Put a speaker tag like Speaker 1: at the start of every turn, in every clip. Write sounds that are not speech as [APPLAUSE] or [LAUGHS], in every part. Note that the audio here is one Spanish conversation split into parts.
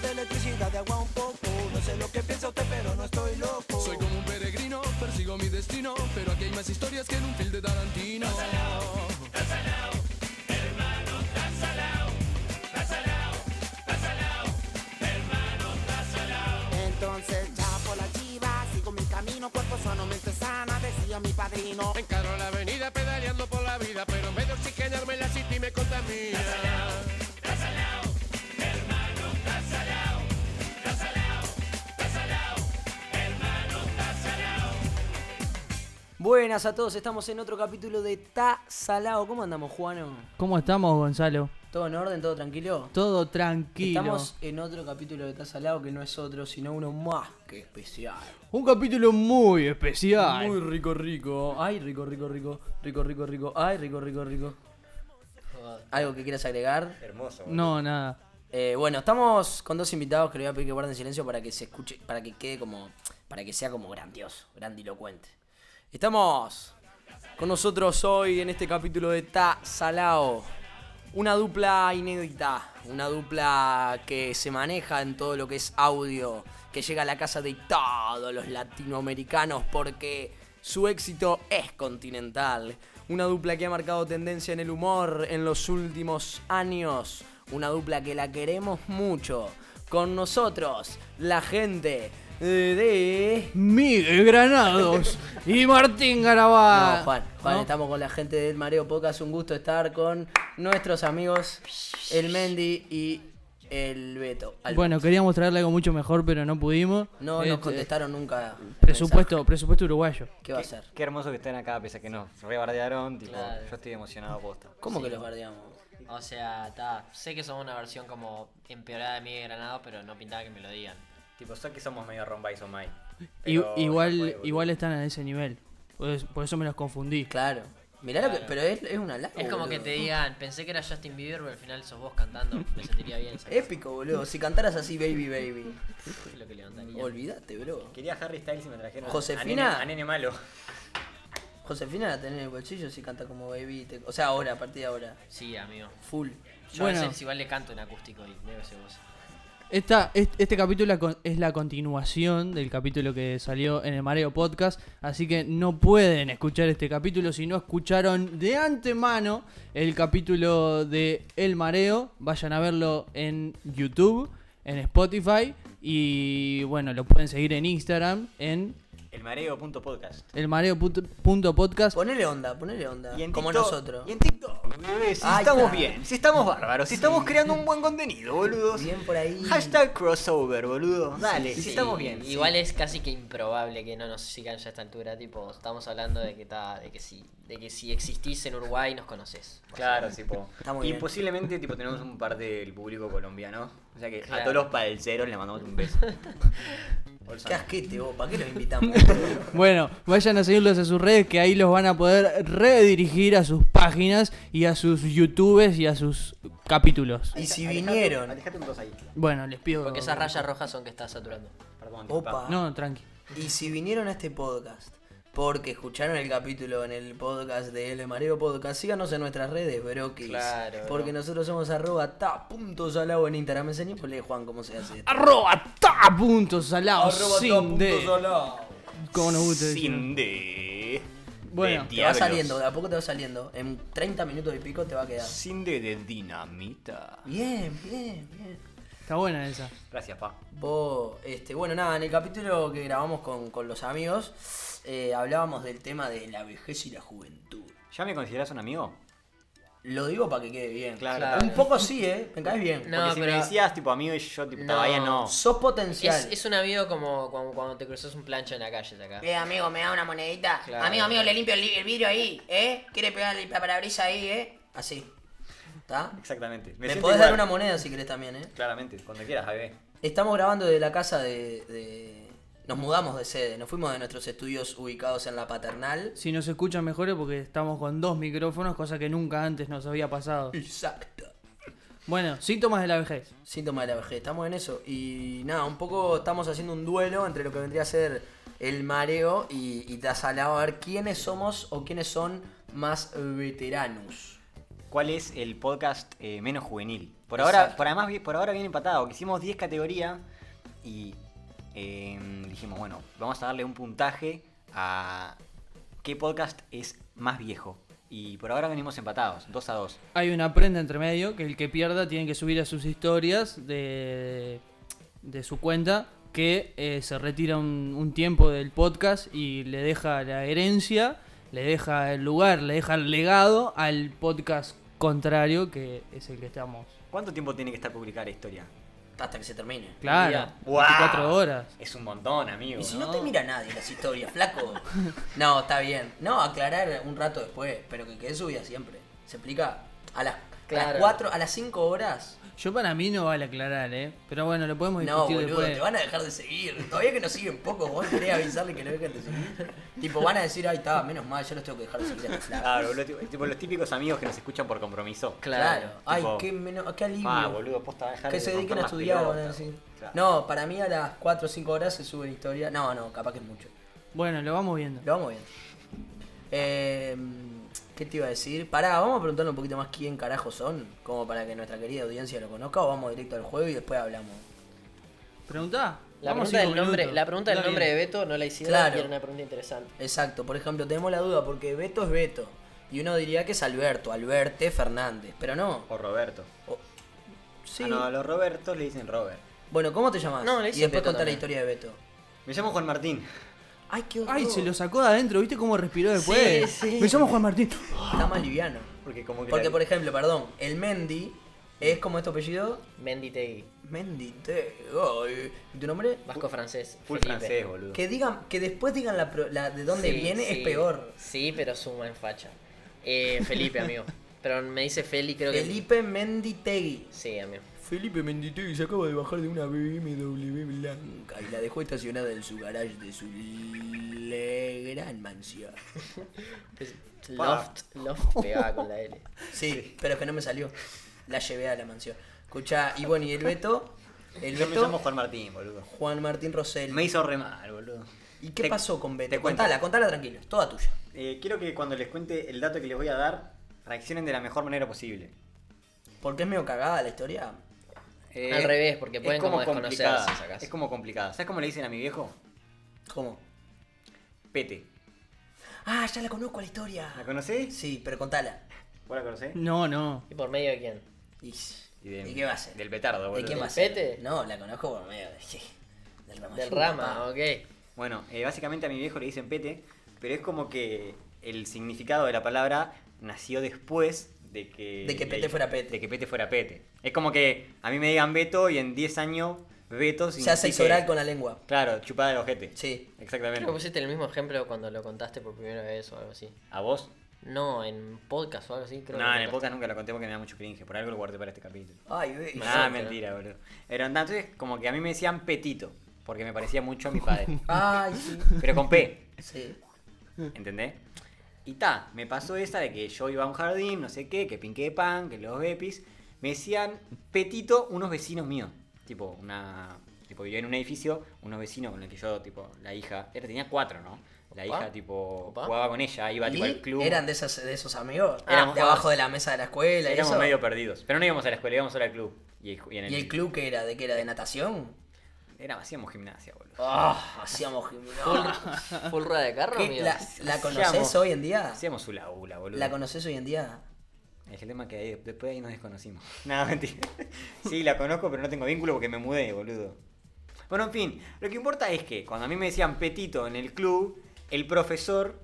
Speaker 1: falta de agua un poco. No sé lo que piensa usted, pero no estoy loco.
Speaker 2: Soy como un peregrino, persigo mi destino, pero aquí hay más historias que en un film de Tarantino.
Speaker 1: Entonces ya por la chiva, sigo mi camino, cuerpo sano, mente sana, decía mi padrino.
Speaker 2: Encaro la avenida pedaleando por la vida, pero en vez de oxigenarme la city me contamina.
Speaker 3: Buenas a todos, estamos en otro capítulo de Ta Salado. ¿Cómo andamos, Juano?
Speaker 4: ¿Cómo estamos, Gonzalo?
Speaker 3: ¿Todo en orden? ¿Todo tranquilo?
Speaker 4: Todo tranquilo.
Speaker 3: Estamos en otro capítulo de Ta Salado que no es otro, sino uno más que especial.
Speaker 4: Un capítulo muy especial.
Speaker 3: Muy rico, rico. Ay, rico, rico, rico. Rico, rico, rico. Ay, rico, rico, rico. ¿Algo que quieras agregar?
Speaker 5: Hermoso.
Speaker 4: No, nada.
Speaker 3: Eh, bueno, estamos con dos invitados que le voy a pedir que guarden silencio para que se escuche, para que quede como, para que sea como grandioso, grandilocuente. Estamos con nosotros hoy en este capítulo de Ta Salao. Una dupla inédita, una dupla que se maneja en todo lo que es audio, que llega a la casa de todos los latinoamericanos porque su éxito es continental. Una dupla que ha marcado tendencia en el humor en los últimos años. Una dupla que la queremos mucho. Con nosotros, la gente eh, de...
Speaker 4: Miguel Granados y Martín Garabal.
Speaker 3: No, Juan, Juan,
Speaker 4: Ah, ¿No?
Speaker 3: estamos con la gente del Mareo Podcast. Un gusto estar con nuestros amigos, el Mendy y el Beto. Al-
Speaker 4: Bueno, queríamos traerle algo mucho mejor, pero no pudimos.
Speaker 3: no nos
Speaker 4: Este,
Speaker 3: contestaron nunca.
Speaker 4: Presupuesto,
Speaker 3: mensaje.
Speaker 4: presupuesto uruguayo.
Speaker 3: ¿Qué va a ser?
Speaker 5: Qué hermoso que estén acá, pese a que nos rebardearon. Tipo,
Speaker 6: Claro.
Speaker 5: yo estoy emocionado posta.
Speaker 3: ¿Cómo que los guardiamos?
Speaker 6: O sea, ta, sé que son una versión como empeorada de mi Granado, pero no pintaba que me lo digan.
Speaker 5: Tipo, sé que somos medio rombay o mai.
Speaker 4: I-
Speaker 5: pero
Speaker 4: igual,
Speaker 5: no puede, boludo.
Speaker 4: igual están a ese nivel. Por es- por eso me los confundí.
Speaker 3: Claro. Mirá lo que.
Speaker 6: Claro.
Speaker 3: Pero es, es una lata.
Speaker 6: Es como que te digan, pensé que era Justin Bieber, pero al final sos vos cantando. Me sentiría bien, ¿sabes?
Speaker 3: Épico, boludo. Si cantaras así, baby, baby.
Speaker 6: Es lo que levantaría.
Speaker 3: Olvídate, bro.
Speaker 5: Quería Harry Styles y me trajeron.
Speaker 3: Josefina.
Speaker 5: A nene, a nene malo.
Speaker 3: Josefina la tenés en el bolsillo si canta como baby. te- O sea, ahora, a partir de ahora.
Speaker 6: Sí, amigo.
Speaker 3: Full.
Speaker 6: Yo
Speaker 4: Bueno.
Speaker 6: a veces igual le canto en acústico y debe ser vos.
Speaker 4: Esta, est- este, capítulo la con- es la continuación del capítulo que salió en el Mareo Podcast, así que no pueden escuchar este capítulo si no escucharon de antemano el capítulo de El Mareo. Vayan a verlo en YouTube, en Spotify y bueno, lo pueden seguir en Instagram en
Speaker 5: El mareo.podcast.
Speaker 4: elmareo.podcast.
Speaker 3: Ponele onda, ponele onda.
Speaker 5: Y en
Speaker 3: Como
Speaker 5: TikTok-
Speaker 3: nosotros.
Speaker 5: Y en TikTok, bebé, si
Speaker 3: Ahí
Speaker 5: estamos
Speaker 3: está.
Speaker 5: bien, si estamos bárbaros, si estamos creando un buen contenido, boludos.
Speaker 3: Bien por ahí.
Speaker 5: Hashtag crossover, boludo. Dale, si estamos bien. sí.
Speaker 6: Igual es casi que improbable que no nos sigan ya a esta altura. Tipo, estamos hablando de que, ta, de que, si, de que si existís en Uruguay nos conoces.
Speaker 5: Claro, tipo.
Speaker 3: Está muy
Speaker 5: Y
Speaker 3: bien.
Speaker 5: posiblemente tipo tenemos un par del público colombiano. O sea que a
Speaker 6: Claro.
Speaker 5: todos los palceros le mandamos
Speaker 3: [LAUGHS]
Speaker 5: un beso. Bolsa.
Speaker 3: Qué asquete vos, ¿para qué los
Speaker 5: [LAUGHS]
Speaker 3: invitamos?
Speaker 4: Bueno, vayan a seguirlos a sus redes que ahí los van a poder redirigir a sus páginas y a sus YouTubes y a sus capítulos.
Speaker 3: y si
Speaker 5: Alejate-
Speaker 3: vinieron.
Speaker 5: Alejate un dos ahí.
Speaker 4: Bueno, les pido.
Speaker 6: Porque esas rayas rojas son que estás saturando.
Speaker 5: Perdón,
Speaker 3: Opa.
Speaker 5: disculpa.
Speaker 4: No, tranqui.
Speaker 3: Y si vinieron a este podcast porque escucharon el capítulo en el podcast de El Mareo Podcast, síganos en nuestras redes, Brokis.
Speaker 6: Claro, bro.
Speaker 3: Porque nosotros somos arroba ta punto salao en Instagram. Me enseñé por Juan cómo se hace. esto.
Speaker 4: Arroba ta punto salado sin de. Como nos gusta decir.
Speaker 5: Sin de.
Speaker 4: Bueno,
Speaker 3: Te
Speaker 5: de
Speaker 3: va
Speaker 5: diablos.
Speaker 3: saliendo, de a poco te va saliendo. En 30 minutos y pico te va a quedar.
Speaker 5: Sin de, de dinamita.
Speaker 3: Bien, bien, bien.
Speaker 4: Está buena esa.
Speaker 5: Gracias, pa.
Speaker 3: Vos, este, bueno, nada, en el capítulo que grabamos con, con los amigos, eh, hablábamos del tema de la vejez y la juventud.
Speaker 5: ¿Ya me consideras un amigo?
Speaker 3: Lo digo para que quede bien.
Speaker 5: Claro.
Speaker 3: Un poco sí, ¿eh? Me caes bien.
Speaker 6: No,
Speaker 5: Porque si me
Speaker 6: pero-
Speaker 5: decías tipo amigo y yo tipo
Speaker 6: No.
Speaker 5: todavía no.
Speaker 3: Sos potencial.
Speaker 6: Es, es un amigo como, como cuando te cruzas un plancha en la calle acá.
Speaker 7: Eh, amigo, me da una monedita.
Speaker 6: Claro.
Speaker 7: Amigo, amigo, le limpio el, li- el vidrio ahí, ¿eh? ¿Quiere pegar el parabrisas ahí, eh?
Speaker 3: Así. ¿Está?
Speaker 5: Exactamente.
Speaker 3: Me,
Speaker 5: Me, siento
Speaker 3: podés
Speaker 5: igual.
Speaker 3: dar una moneda si querés también, ¿eh?
Speaker 5: Claramente, cuando quieras, bebé.
Speaker 3: Estamos grabando de la casa de, de- Nos mudamos de sede, nos fuimos de nuestros estudios ubicados en la paternal.
Speaker 4: Si nos escuchan mejor es porque estamos con dos micrófonos, cosa que nunca antes nos había pasado.
Speaker 3: Exacto.
Speaker 4: Bueno, síntomas de la vejez.
Speaker 3: Síntoma de la vejez, estamos en eso. Y nada, un poco estamos haciendo un duelo entre lo que vendría a ser el mareo y, y Tazalao, a ver quiénes somos o quiénes son más veteranos.
Speaker 5: ¿Cuál es el podcast eh, menos juvenil? Por
Speaker 3: Exacto.
Speaker 5: ahora, por, además, vi- por ahora bien empatado, que hicimos 10 categorías y eh, dijimos, bueno, vamos a darle un puntaje a qué podcast es más viejo. Y por ahora venimos empatados, 2 a 2.
Speaker 4: Hay una prenda entre medio que el que pierda tiene que subir a sus historias de, de su cuenta que eh, se retira un, un tiempo del podcast y le deja la herencia, le deja el lugar, le deja el legado al podcast contrario que es el que estamos.
Speaker 5: ¿Cuánto tiempo tiene que estar publicada la historia?
Speaker 3: Hasta que se termine.
Speaker 4: Claro,
Speaker 6: Ya.
Speaker 4: 24 horas.
Speaker 5: Es un montón, amigo.
Speaker 3: Y si no te mira nadie las historias, flaco. No, está bien. No, aclarar un rato después, pero que quede subida siempre. ¿Se explica? A las, a las
Speaker 6: Claro.
Speaker 3: 4, a las 5 horas.
Speaker 4: Yo para mí no vale aclarar, ¿eh? Pero bueno, lo podemos
Speaker 3: No,
Speaker 4: discutir
Speaker 3: boludo,
Speaker 4: después.
Speaker 3: te van a dejar de seguir. Todavía que nos siguen poco, vos querés avisarle que no dejan de seguir. tipo, van a decir, ay, está, menos mal, yo los tengo que dejar de seguir a este flaco.
Speaker 5: Claro, boludo, tipo- tipo los típicos amigos que nos escuchan por compromiso.
Speaker 3: Claro. Ay,
Speaker 5: Tipo,
Speaker 3: qué, menos, qué alivio.
Speaker 5: Ah, boludo, posta, dejar
Speaker 3: Que
Speaker 5: de
Speaker 3: se dediquen
Speaker 5: romper
Speaker 3: a
Speaker 5: las
Speaker 3: estudiar, van a
Speaker 5: pelotas.
Speaker 3: decir.
Speaker 5: Claro.
Speaker 3: No, para mí a las 4 o 5 horas se sube la historia. No, no, capaz que es mucho.
Speaker 4: Bueno, lo vamos viendo.
Speaker 3: Lo vamos bien. Eh, ¿Qué te iba a decir? Pará, vamos a preguntarle un poquito más quién carajo son, como para que nuestra querida audiencia lo conozca, o vamos directo al juego y después hablamos.
Speaker 4: ¿Preguntá?
Speaker 6: La
Speaker 4: Vamos
Speaker 6: pregunta, del
Speaker 4: cinco
Speaker 6: nombre,
Speaker 4: minutos.
Speaker 6: la pregunta del
Speaker 4: Está
Speaker 6: nombre de
Speaker 4: bien.
Speaker 6: Beto no la hicieron
Speaker 3: Claro.
Speaker 6: y era una pregunta interesante.
Speaker 3: Exacto, por ejemplo, tenemos la duda porque Beto es Beto, y uno diría que es Alberto, Alberte Fernández, pero no.
Speaker 5: O Roberto.
Speaker 3: O- sí.
Speaker 5: Ah, no, a los Robertos le dicen Robert.
Speaker 3: Bueno, ¿cómo te llamas?
Speaker 6: No, le
Speaker 3: y
Speaker 6: dicen
Speaker 3: después
Speaker 6: Beto
Speaker 3: contar la
Speaker 6: también.
Speaker 3: historia de Beto.
Speaker 5: Me llamo Juan Martín.
Speaker 3: Ay, qué horror.
Speaker 4: Ay, se lo sacó de adentro, ¿viste cómo respiró después?
Speaker 6: sí.
Speaker 4: Me llamo Juan Martín. [GASPS]
Speaker 3: Está más liviano.
Speaker 5: Porque como que
Speaker 3: Porque,
Speaker 5: la-
Speaker 3: por ejemplo, perdón, el Mendy es como este apellido.
Speaker 6: Menditegui,
Speaker 3: Mendy, te. ay, ¿Y tu nombre?
Speaker 6: vasco francés.
Speaker 5: full
Speaker 6: Felipe.
Speaker 5: francés, boludo.
Speaker 3: Que digan, que después digan la, pro- la- de dónde
Speaker 6: Sí,
Speaker 3: viene
Speaker 6: sí.
Speaker 3: es peor.
Speaker 6: Sí, pero suma en facha. Eh, Felipe,
Speaker 3: [LAUGHS]
Speaker 6: amigo. Pero me dice Feli, creo que.
Speaker 3: Felipe Menditegui.
Speaker 6: Sí, amigo.
Speaker 8: Felipe Menditegui se acaba de bajar de una BMW blanca.
Speaker 3: Nunca, Y la dejó estacionada en su garage de su le- gran mansión.
Speaker 6: Es- Loft, Loft pegaba con la L.
Speaker 3: Sí, pero es que no me salió. La llevé a la mansión. Escucha, y bueno, y el Beto. El
Speaker 5: Yo me llamo
Speaker 3: Beto,
Speaker 5: Juan Martín, boludo.
Speaker 3: Juan Martín Rosell.
Speaker 5: Me hizo re mal, boludo.
Speaker 3: ¿Y qué
Speaker 5: Te-
Speaker 3: pasó con Beto?
Speaker 5: Te cuento.
Speaker 3: Contala, contala tranquilo, es toda tuya.
Speaker 5: Eh, quiero que cuando les cuente el dato que les voy a dar, reaccionen de la mejor manera posible.
Speaker 3: Porque es medio cagada la historia.
Speaker 5: Eh,
Speaker 6: Al revés, porque pueden como desconocerse,
Speaker 5: complicada.
Speaker 6: sacás.
Speaker 5: Es como complicada. ¿Sabes cómo le dicen a mi viejo?
Speaker 3: ¿Cómo?
Speaker 5: Pete.
Speaker 3: Ah, ya la conozco la historia.
Speaker 5: ¿La conocés?
Speaker 3: Sí, pero contala.
Speaker 5: ¿Vos la conocés?
Speaker 4: No, no.
Speaker 6: ¿Y por medio de quién?
Speaker 3: ¿Y,
Speaker 5: Y de-
Speaker 3: ¿y qué va a ser?
Speaker 5: Del petardo,
Speaker 3: ¿De
Speaker 5: boludo.
Speaker 3: quién va a
Speaker 6: ¿Del
Speaker 3: ser?
Speaker 6: Pete?
Speaker 3: No, la conozco por medio de- [LAUGHS] del Rama.
Speaker 6: Del Rama, ok.
Speaker 5: Bueno, eh, básicamente a mi viejo le dicen pete, pero es como que el significado de la palabra nació después de que...
Speaker 3: De que Pete fuera Pete.
Speaker 5: De que pete fuera pete. Es como que a mí me digan Beto y en 10 años Beto
Speaker 3: Se hace
Speaker 5: significa-
Speaker 3: oral con la lengua.
Speaker 5: Claro, chupada de ojete.
Speaker 3: Sí.
Speaker 5: Exactamente.
Speaker 6: Creo que pusiste el mismo ejemplo cuando lo contaste por primera vez o algo así.
Speaker 5: ¿A vos?
Speaker 6: No, en podcast o algo así, creo. que
Speaker 5: no,
Speaker 6: lo
Speaker 5: en el
Speaker 6: contaste.
Speaker 5: podcast nunca lo conté porque me da mucho cringe. Por algo lo guardé para este capítulo.
Speaker 3: Ay, ve.
Speaker 5: Ah, mentira, boludo. Pero entonces, como que a mí me decían petito, porque me parecía mucho a
Speaker 3: [LAUGHS]
Speaker 5: mi padre. [LAUGHS]
Speaker 3: Ay, sí.
Speaker 5: Pero con P.
Speaker 3: Sí.
Speaker 5: ¿Entendés? Y ta, me pasó esa de que yo iba a un jardín, no sé qué, que pinqué de pan, que los bepis. Me decían petito unos vecinos míos. Tipo, una. Tipo, vivía en un edificio, unos vecinos con los que yo, tipo, la hija. Era, tenía cuatro, ¿no? La
Speaker 6: Opa.
Speaker 5: hija, tipo,
Speaker 6: Opa.
Speaker 5: jugaba con ella, iba tipo al club.
Speaker 3: ¿Y eran de esos, de esos amigos? Ah,
Speaker 5: Éramos-
Speaker 3: de abajo de la mesa de la escuela. y
Speaker 5: Éramos
Speaker 3: eso?
Speaker 5: medio perdidos. Pero no íbamos a la escuela, íbamos solo al club. Y, y en el,
Speaker 3: ¿Y el club qué era? ¿De qué era? ¿De natación?
Speaker 5: Era, hacíamos gimnasia, boludo.
Speaker 3: Ah, hacíamos gimnasia.
Speaker 6: ¿Full rueda de carro,
Speaker 3: ¿Qué?
Speaker 6: amigo?
Speaker 3: ¿La, la conoces
Speaker 5: Hacíamos-
Speaker 3: hoy en día?
Speaker 5: Hacíamos su laula, boludo.
Speaker 3: ¿La conoces hoy en día?
Speaker 5: Es el tema que ahí- después de ahí nos desconocimos. [LAUGHS] Nada, mentira. Sí, la conozco, pero no tengo vínculo porque me mudé, boludo. Bueno, en fin, lo que importa es que cuando a mí me decían petito en el club, el profesor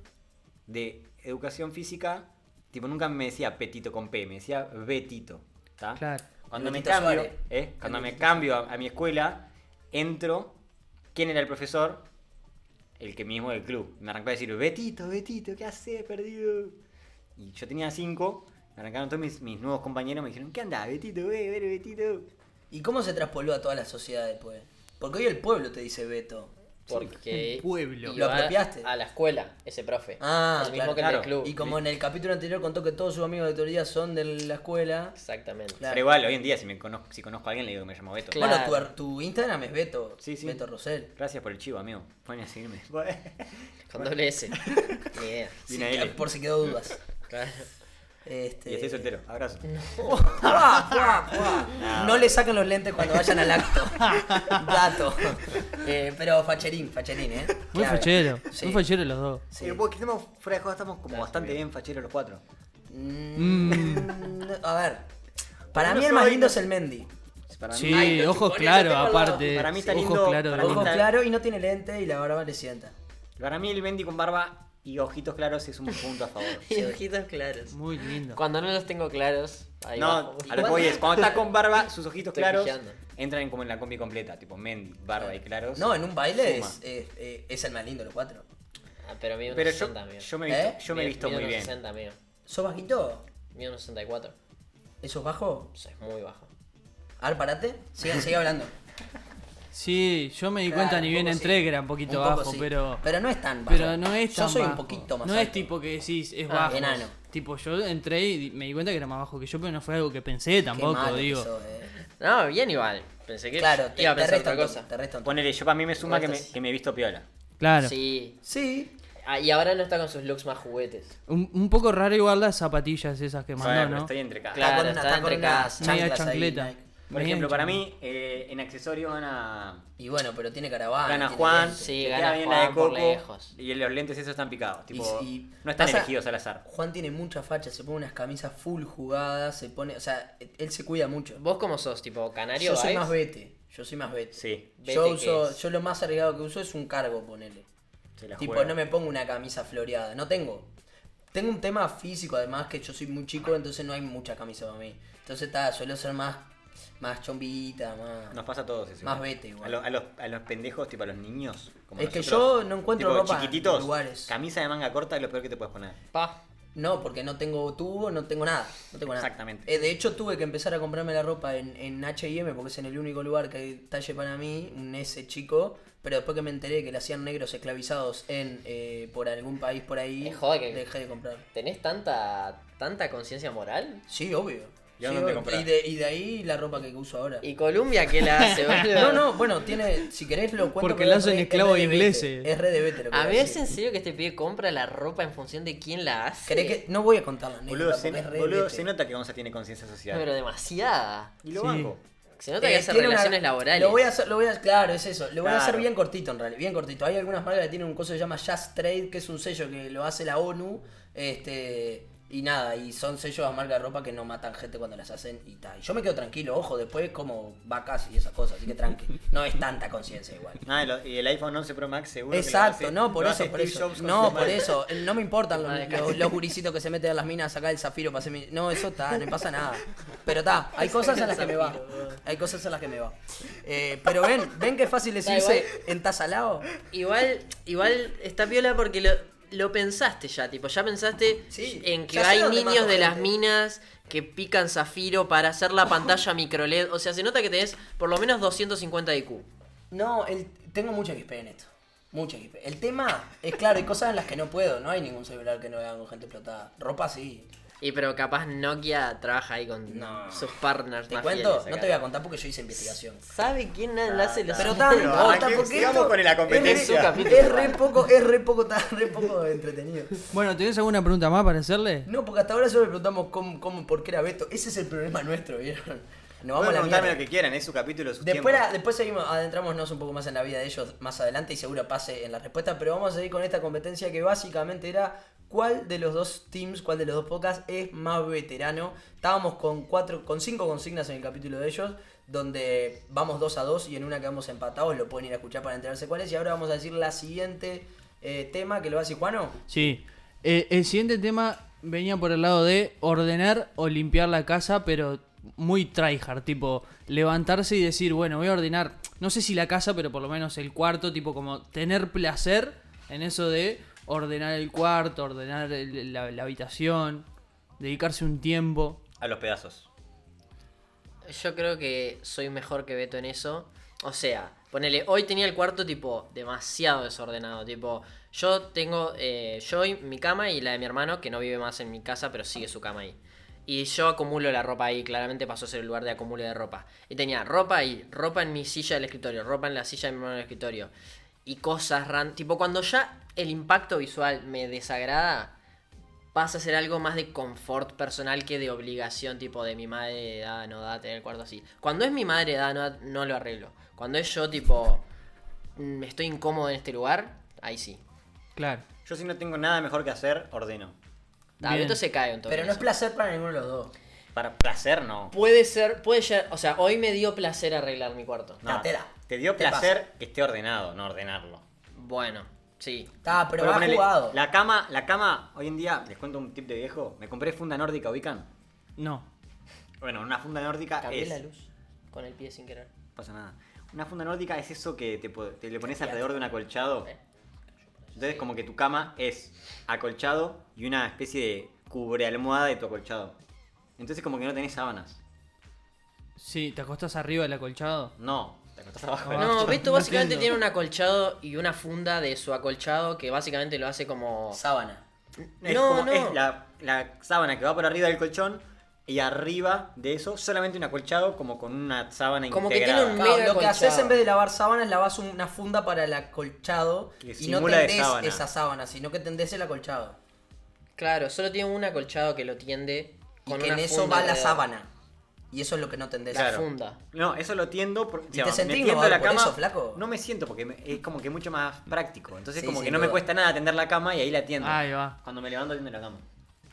Speaker 5: de educación física, tipo, nunca me decía petito con P, me decía betito. ¿tá?
Speaker 4: Claro.
Speaker 5: Cuando me
Speaker 3: Betito
Speaker 5: cambio,
Speaker 3: Suárez.
Speaker 5: ¿eh? cuando me cambio a, a mi escuela, entro, ¿quién era el profesor? El que mismo del club. Me arrancó a decir, Betito, Betito, ¿qué haces, perdido? Y yo tenía cinco, me arrancaron todos mis, mis nuevos compañeros, me dijeron, ¿qué andás, Betito, ve, ve, Betito?
Speaker 3: ¿Y cómo se traspoló a toda la sociedad después? Porque hoy el pueblo te dice Beto.
Speaker 6: Porque
Speaker 4: El pueblo.
Speaker 3: ¿Lo
Speaker 6: iba
Speaker 3: apropiaste?
Speaker 6: A la escuela, ese profe.
Speaker 3: Ah,
Speaker 6: el mismo
Speaker 3: claro,
Speaker 6: que en el
Speaker 5: claro.
Speaker 6: club.
Speaker 3: Y como en el capítulo anterior contó que todos sus amigos de teoría son de la escuela.
Speaker 6: Exactamente.
Speaker 3: Claro.
Speaker 5: Pero igual, hoy en día, si, me conozco, si conozco a alguien, le digo que me llamo Beto.
Speaker 6: Claro.
Speaker 3: Bueno, tu, ar- tu Instagram es Beto.
Speaker 5: Sí, sí.
Speaker 3: Beto Rosel.
Speaker 5: Gracias por el chivo, amigo. Pueden a seguirme.
Speaker 3: [LAUGHS]
Speaker 6: Con doble S. Ni idea.
Speaker 5: Y una L.
Speaker 3: Por si quedó dudas.
Speaker 6: Claro.
Speaker 3: Este...
Speaker 5: Y estoy soltero. Abrazo.
Speaker 3: ¡Fua, fua, fua! No le saquen los lentes cuando vayan al acto. [LAUGHS] Dato. Eh, pero facherín, facherín, ¿eh?
Speaker 4: Muy
Speaker 3: Clave.
Speaker 4: fachero.
Speaker 3: Sí.
Speaker 4: Muy fachero los dos.
Speaker 3: Sí.
Speaker 5: Pero Eh, vos, que estamos fuera de juego, estamos como bastante bien facheros los cuatro.
Speaker 3: Mm, a ver. Para
Speaker 5: Uno
Speaker 3: mí el más
Speaker 5: soy,
Speaker 3: lindo
Speaker 5: no-
Speaker 3: es el Mendy.
Speaker 5: Para
Speaker 4: Sí,
Speaker 5: mí,
Speaker 7: los
Speaker 4: ojos
Speaker 7: chupones los
Speaker 4: claros,
Speaker 7: tengo al lado.
Speaker 4: aparte.
Speaker 5: Para mí está
Speaker 4: ojos
Speaker 5: lindo,
Speaker 4: claros.
Speaker 5: para mí
Speaker 3: Ojo
Speaker 5: está-
Speaker 3: claro y no tiene lente y la barba le sienta.
Speaker 5: para mí el Bendy con barba y ojitos claros es un punto a favor.
Speaker 6: Y ojitos claros.
Speaker 4: Muy lindo.
Speaker 6: Cuando no los tengo claros, ahí
Speaker 5: no,
Speaker 6: bajo.
Speaker 5: a lo que voy es, cuando está con barba, sus ojitos
Speaker 6: Estoy
Speaker 5: claros
Speaker 6: pillando.
Speaker 5: entran como en la combi completa, tipo Mendy, barba y claros.
Speaker 3: No, en un baile
Speaker 5: Suma.
Speaker 3: es, eh, eh, es el más lindo, los cuatro.
Speaker 6: Ah, pero mido
Speaker 5: Pero
Speaker 6: unos
Speaker 5: yo,
Speaker 6: 60, amigo.
Speaker 5: yo me he
Speaker 3: ¿Eh?
Speaker 5: visto, yo me he
Speaker 6: Mido-
Speaker 5: visto
Speaker 6: mido
Speaker 5: muy
Speaker 6: unos
Speaker 5: bien.
Speaker 6: 60, amigo.
Speaker 3: ¿Sos bajito?
Speaker 6: Mido unos 64.
Speaker 3: ¿Eso es bajo?
Speaker 6: Eso es muy bajo.
Speaker 3: A ver, parate. Sigue, sigue hablando.
Speaker 4: Sí, yo me di
Speaker 3: Claro,
Speaker 4: cuenta ni
Speaker 3: un
Speaker 4: bien
Speaker 3: poco
Speaker 4: entré
Speaker 3: sí.
Speaker 4: que era un poquito
Speaker 3: Un poco
Speaker 4: bajo,
Speaker 3: sí.
Speaker 4: pero.
Speaker 3: Pero no es tan bajo.
Speaker 4: Pero no es tan
Speaker 3: Yo soy un
Speaker 4: bajo.
Speaker 3: poquito más
Speaker 4: No
Speaker 3: alto.
Speaker 4: es tipo que decís, es
Speaker 3: Ah,
Speaker 4: bajo.
Speaker 3: enano.
Speaker 4: Tipo, yo entré y di- me di cuenta que era más bajo que yo, pero no fue algo que pensé
Speaker 3: Qué
Speaker 4: tampoco,
Speaker 3: malo que
Speaker 4: digo.
Speaker 3: sos, eh.
Speaker 6: No, bien igual. Pensé que
Speaker 3: Claro, te,
Speaker 6: iba a
Speaker 3: te
Speaker 6: pensar
Speaker 3: resta
Speaker 6: otra
Speaker 3: un
Speaker 6: cosa.
Speaker 3: toque, te resta un toque.
Speaker 5: Ponele, yo para mí me suma que me,
Speaker 6: Estás-
Speaker 5: que me he visto piola.
Speaker 4: Claro.
Speaker 6: Sí.
Speaker 3: Sí,
Speaker 6: Ah, y ahora no está con sus looks más juguetes.
Speaker 4: Un, un poco raro igual las zapatillas esas que mandó,
Speaker 5: Bueno, pero
Speaker 4: ¿no?
Speaker 5: estoy entre cada.
Speaker 6: Claro,
Speaker 3: una-
Speaker 6: está entre
Speaker 3: unas
Speaker 6: casas.
Speaker 4: Media
Speaker 3: chanclas ahí,
Speaker 4: chancleta.
Speaker 3: Nike.
Speaker 5: Por
Speaker 4: Media
Speaker 5: ejemplo, para
Speaker 4: chancleta.
Speaker 5: mí, eh, en accesorios van a.
Speaker 3: Y bueno, pero tiene caravana.
Speaker 5: gana
Speaker 3: Ah, tiene
Speaker 5: Juan,
Speaker 3: lente.
Speaker 6: Sí,
Speaker 5: le
Speaker 6: gana
Speaker 5: queda bien
Speaker 6: Juan
Speaker 5: la de
Speaker 6: por
Speaker 5: Coco,
Speaker 6: lejos.
Speaker 5: y los lentes esos están picados,
Speaker 3: Y-
Speaker 5: tipo,
Speaker 3: y-
Speaker 5: no están
Speaker 3: pasa-
Speaker 5: elegidos al azar.
Speaker 3: Juan tiene mucha facha, se pone unas camisas full jugadas, se pone. O sea, él se cuida mucho.
Speaker 6: ¿Vos cómo sos? ¿Tipo canario
Speaker 3: Yo soy
Speaker 6: vibes?
Speaker 3: más vete. Yo soy más vete.
Speaker 5: Sí,
Speaker 6: Vete
Speaker 3: yo
Speaker 6: que
Speaker 3: uso,
Speaker 6: es.
Speaker 3: yo lo más arriesgado que uso es un cargo, ponele.
Speaker 5: se la
Speaker 3: Tipo,
Speaker 5: juega.
Speaker 3: no me pongo una camisa floreada. No tengo. Tengo un tema físico, además, que yo soy muy chico, entonces no hay mucha camisa para mí. Entonces, está, suelo ser más, más chombita, más.
Speaker 5: Nos pasa a todos eso.
Speaker 3: Más
Speaker 5: igual.
Speaker 3: vete igual.
Speaker 5: A, lo- a los, a los pendejos, tipo a los niños. como
Speaker 3: Es que
Speaker 5: nosotros,
Speaker 3: yo no encuentro
Speaker 5: tipo,
Speaker 3: ropa en
Speaker 5: chiquititos,
Speaker 3: lugares.
Speaker 5: Camisa de manga corta es lo peor que te puedes poner.
Speaker 6: Pa.
Speaker 3: No, porque no tengo tubo, no tengo nada. No tengo nada.
Speaker 5: Exactamente.
Speaker 3: Eh, de hecho, tuve que empezar a comprarme la ropa en, en HM porque es en el único lugar que hay talle para mí, un S chico. Pero después que me enteré que le hacían negros esclavizados en eh, por algún país por ahí,
Speaker 6: Eh, joder, que-
Speaker 3: dejé de comprar.
Speaker 6: ¿Tenés tanta, tanta conciencia moral?
Speaker 3: Sí, obvio.
Speaker 5: ¿Y a
Speaker 3: Sí,
Speaker 5: dónde
Speaker 3: obvio.
Speaker 5: comprás?
Speaker 3: y, de, y de ahí la ropa que uso ahora.
Speaker 6: ¿Y Colombia qué la [LAUGHS] hace, boludo?
Speaker 3: No, no, bueno, tiene. Si querés lo cuento.
Speaker 4: Porque
Speaker 3: pero
Speaker 4: lo
Speaker 3: es
Speaker 4: hacen
Speaker 3: re-
Speaker 4: esclavos
Speaker 3: es re de
Speaker 4: ingleses.
Speaker 3: vete, Es re de vete lo que
Speaker 6: ¿A
Speaker 3: voy
Speaker 6: mí es
Speaker 3: decir.
Speaker 6: en serio que este pibe compra la ropa en función de quién la hace?
Speaker 3: ¿Querés que.? No voy a contar la anécdota
Speaker 5: Boludo, se,
Speaker 3: porque es re
Speaker 5: boludo,
Speaker 3: vete.
Speaker 5: se nota que Gonza tiene conciencia
Speaker 6: No,
Speaker 5: social.
Speaker 6: pero demasiada.
Speaker 5: Y lo
Speaker 4: Sí.
Speaker 5: banco.
Speaker 6: Se nota
Speaker 3: Eh,
Speaker 6: que hace
Speaker 3: tiene una-
Speaker 6: relaciones laborales.
Speaker 3: Lo voy a hacer, lo voy a, claro, es eso. Lo voy a hacer
Speaker 5: Claro.
Speaker 3: bien cortito en realidad, bien cortito. Hay algunas marcas que tienen un coso que se llama Just Trade, que es un sello que lo hace la ONU, este y nada, y son sellos a marca de ropa que no matan gente cuando las hacen y tal. Y yo me quedo tranquilo, ojo, después como vacas y esas cosas, así que tranqui. No es tanta conciencia igual.
Speaker 5: Ah, y lo- y el iPhone 11 Pro Max seguro que lo
Speaker 3: Exacto,
Speaker 5: hace-
Speaker 3: no, por
Speaker 5: lo
Speaker 3: eso,
Speaker 5: hace
Speaker 3: por
Speaker 5: Steve
Speaker 3: eso.
Speaker 5: Jobs con
Speaker 3: No,
Speaker 5: su
Speaker 3: por
Speaker 5: mano.
Speaker 3: eso. eh, No me importan los,
Speaker 6: Madre,
Speaker 3: los-
Speaker 6: cállate.
Speaker 3: los gurisitos que se meten a las minas a sacar el zafiro para hacer mi- No, eso está, no pasa nada. Pero está, hay cosas en las que me va. Hay cosas en las que me va. Eh, pero ven, ven qué fácil es
Speaker 6: Da
Speaker 3: irse
Speaker 6: igual.
Speaker 3: en tazalao.
Speaker 6: Igual, igual está piola porque lo, lo pensaste ya, tipo, ya pensaste
Speaker 3: Sí,
Speaker 6: en que
Speaker 3: ya sé
Speaker 6: hay
Speaker 3: dónde mato
Speaker 6: niños de las
Speaker 3: gente.
Speaker 6: minas que pican zafiro para hacer la
Speaker 3: [LAUGHS]
Speaker 6: pantalla micro LED. O sea, se nota que tenés por lo menos 250 IQ.
Speaker 3: No, el- tengo mucha XP en esto. Mucha XP. El tema es claro, hay cosas en las que no puedo. No hay ningún celular que no haga con gente explotada. Ropa sí.
Speaker 6: Y pero capaz Nokia trabaja ahí con
Speaker 3: No.
Speaker 6: sus partners
Speaker 3: Te
Speaker 6: más
Speaker 3: cuento,
Speaker 6: fieles
Speaker 3: no
Speaker 6: acá.
Speaker 3: te voy a contar porque yo hice investigación.
Speaker 6: ¿Sabe quién la hace los
Speaker 3: Pero
Speaker 6: [LAUGHS]
Speaker 3: tan,
Speaker 6: celulares?
Speaker 5: Pero
Speaker 3: posta,
Speaker 5: arranquemos,
Speaker 3: porque
Speaker 5: sigamos
Speaker 3: esto
Speaker 5: con la
Speaker 3: es re-
Speaker 5: competencia.
Speaker 3: Es re, poco, es re poco, tan- re poco entretenido.
Speaker 4: Bueno, ¿tenés alguna pregunta más para hacerle?
Speaker 3: No, porque hasta ahora solo le preguntamos cómo, cómo, por qué era Beto. Ese es el problema nuestro, ¿vieron? Nos vamos
Speaker 5: Pueden
Speaker 3: a la
Speaker 5: preguntarme
Speaker 3: mierda.
Speaker 5: lo que quieran, es su capítulo, su
Speaker 3: Después,
Speaker 5: tiempo.
Speaker 3: la- después seguimos, adentrámonos un poco más en la vida de ellos más adelante y seguro pase en la respuesta, pero vamos a seguir con esta competencia que básicamente era cuál de los dos teams, cuál de los dos podcasts es más veterano. Estábamos con cuatro, con cinco consignas en el capítulo de ellos, donde vamos dos a dos y en una quedamos empatados, lo pueden ir a escuchar para enterarse cuál es. Y ahora vamos a decir la siguiente eh, tema que lo hace Juano.
Speaker 4: Sí. Eh, el siguiente tema venía por el lado de ordenar o limpiar la casa, pero muy tryhard, tipo levantarse y decir, bueno, voy a ordenar, no sé si la casa, pero por lo menos el cuarto, tipo como tener placer en eso de ordenar el cuarto, ordenar el- la, la habitación, dedicarse un tiempo.
Speaker 5: A los pedazos.
Speaker 6: Yo creo que soy mejor que Beto en eso. O sea, ponele, hoy tenía el cuarto tipo demasiado desordenado. Tipo, yo tengo, eh, yo y mi cama y la de mi hermano, que no vive más en mi casa, pero sigue su cama ahí. Y yo acumulo la ropa ahí, claramente pasó a ser el lugar de acumulo de ropa. Y tenía ropa ahí, ropa en mi silla del escritorio, ropa en la silla de mi hermano del escritorio. Y cosas ran... Tipo, cuando ya el impacto visual me desagrada, pasa a ser algo más de confort personal que de obligación, tipo de mi madre da, no da, tener el cuarto así. Cuando es mi madre da, no da, no lo arreglo. Cuando es yo, tipo, mm, estoy incómodo en este lugar, ahí sí.
Speaker 4: Claro.
Speaker 5: Yo si no tengo nada mejor que hacer, ordeno.
Speaker 6: Ah,
Speaker 4: Bien.
Speaker 6: Beto se cae en todo
Speaker 3: Pero no es
Speaker 6: eso.
Speaker 3: placer para ninguno de los dos.
Speaker 5: Para placer, no.
Speaker 6: Puede ser, puede ser, o sea, hoy me dio placer arreglar mi cuarto.
Speaker 5: No,
Speaker 3: Catera.
Speaker 5: Te dio
Speaker 3: Te
Speaker 5: placer que esté ordenado, no ordenarlo.
Speaker 6: Bueno, sí.
Speaker 3: Está, pero, va
Speaker 5: ponele,
Speaker 3: jugado.
Speaker 5: La cama, la cama, hoy en día, les cuento un tip de viejo, me compré funda nórdica, ¿ubican?
Speaker 4: No.
Speaker 5: Bueno, una funda nórdica
Speaker 6: Cambié
Speaker 5: es...
Speaker 6: la luz con el pie sin querer.
Speaker 5: No pasa nada. Una funda nórdica es eso que te, po- te le pones alrededor de un acolchado. Entonces como que tu cama es acolchado y una especie de cubre almohada de tu acolchado. Entonces como que no tenés sábanas.
Speaker 4: Sí, te acostás arriba del acolchado.
Speaker 5: No, te acostás abajo. de la-
Speaker 6: No, Beto
Speaker 4: no
Speaker 6: básicamente
Speaker 4: entiendo.
Speaker 6: tiene un acolchado y una funda de su acolchado que básicamente lo hace como...
Speaker 3: Sábana.
Speaker 5: Es
Speaker 6: No,
Speaker 5: como-
Speaker 6: no.
Speaker 5: es la, la sábana que va por arriba del colchón y arriba de eso solamente un acolchado como con una sábana
Speaker 6: Como que
Speaker 5: integrada.
Speaker 6: tiene un
Speaker 3: Claro,
Speaker 6: mega
Speaker 3: lo que
Speaker 6: colchado.
Speaker 3: haces en vez de lavar sábanas, lavas un- una funda para el acolchado
Speaker 5: Que
Speaker 3: y no
Speaker 5: simula de
Speaker 3: tendés
Speaker 5: sábana.
Speaker 3: esa sábana, sino que tendés el acolchado.
Speaker 6: Claro, solo tiene un acolchado que lo tiende
Speaker 3: Y
Speaker 6: con
Speaker 3: que
Speaker 6: una
Speaker 3: en eso va
Speaker 6: funda
Speaker 3: la
Speaker 6: alrededor.
Speaker 3: sábana. Y eso es lo que no tendés.
Speaker 6: La
Speaker 5: Claro.
Speaker 6: funda.
Speaker 5: No, eso lo tiendo por,
Speaker 3: te sentís
Speaker 5: me tiendo
Speaker 3: innovador
Speaker 5: la
Speaker 3: por
Speaker 5: cama,
Speaker 3: eso, flaco?
Speaker 5: No me siento porque me- es como que mucho más práctico. Entonces
Speaker 3: Sí,
Speaker 5: como
Speaker 3: sin
Speaker 5: que no me
Speaker 3: duda.
Speaker 5: cuesta nada tender la cama y ahí la tiendo.
Speaker 4: Ahí va.
Speaker 5: Cuando me levanto tiendo la cama.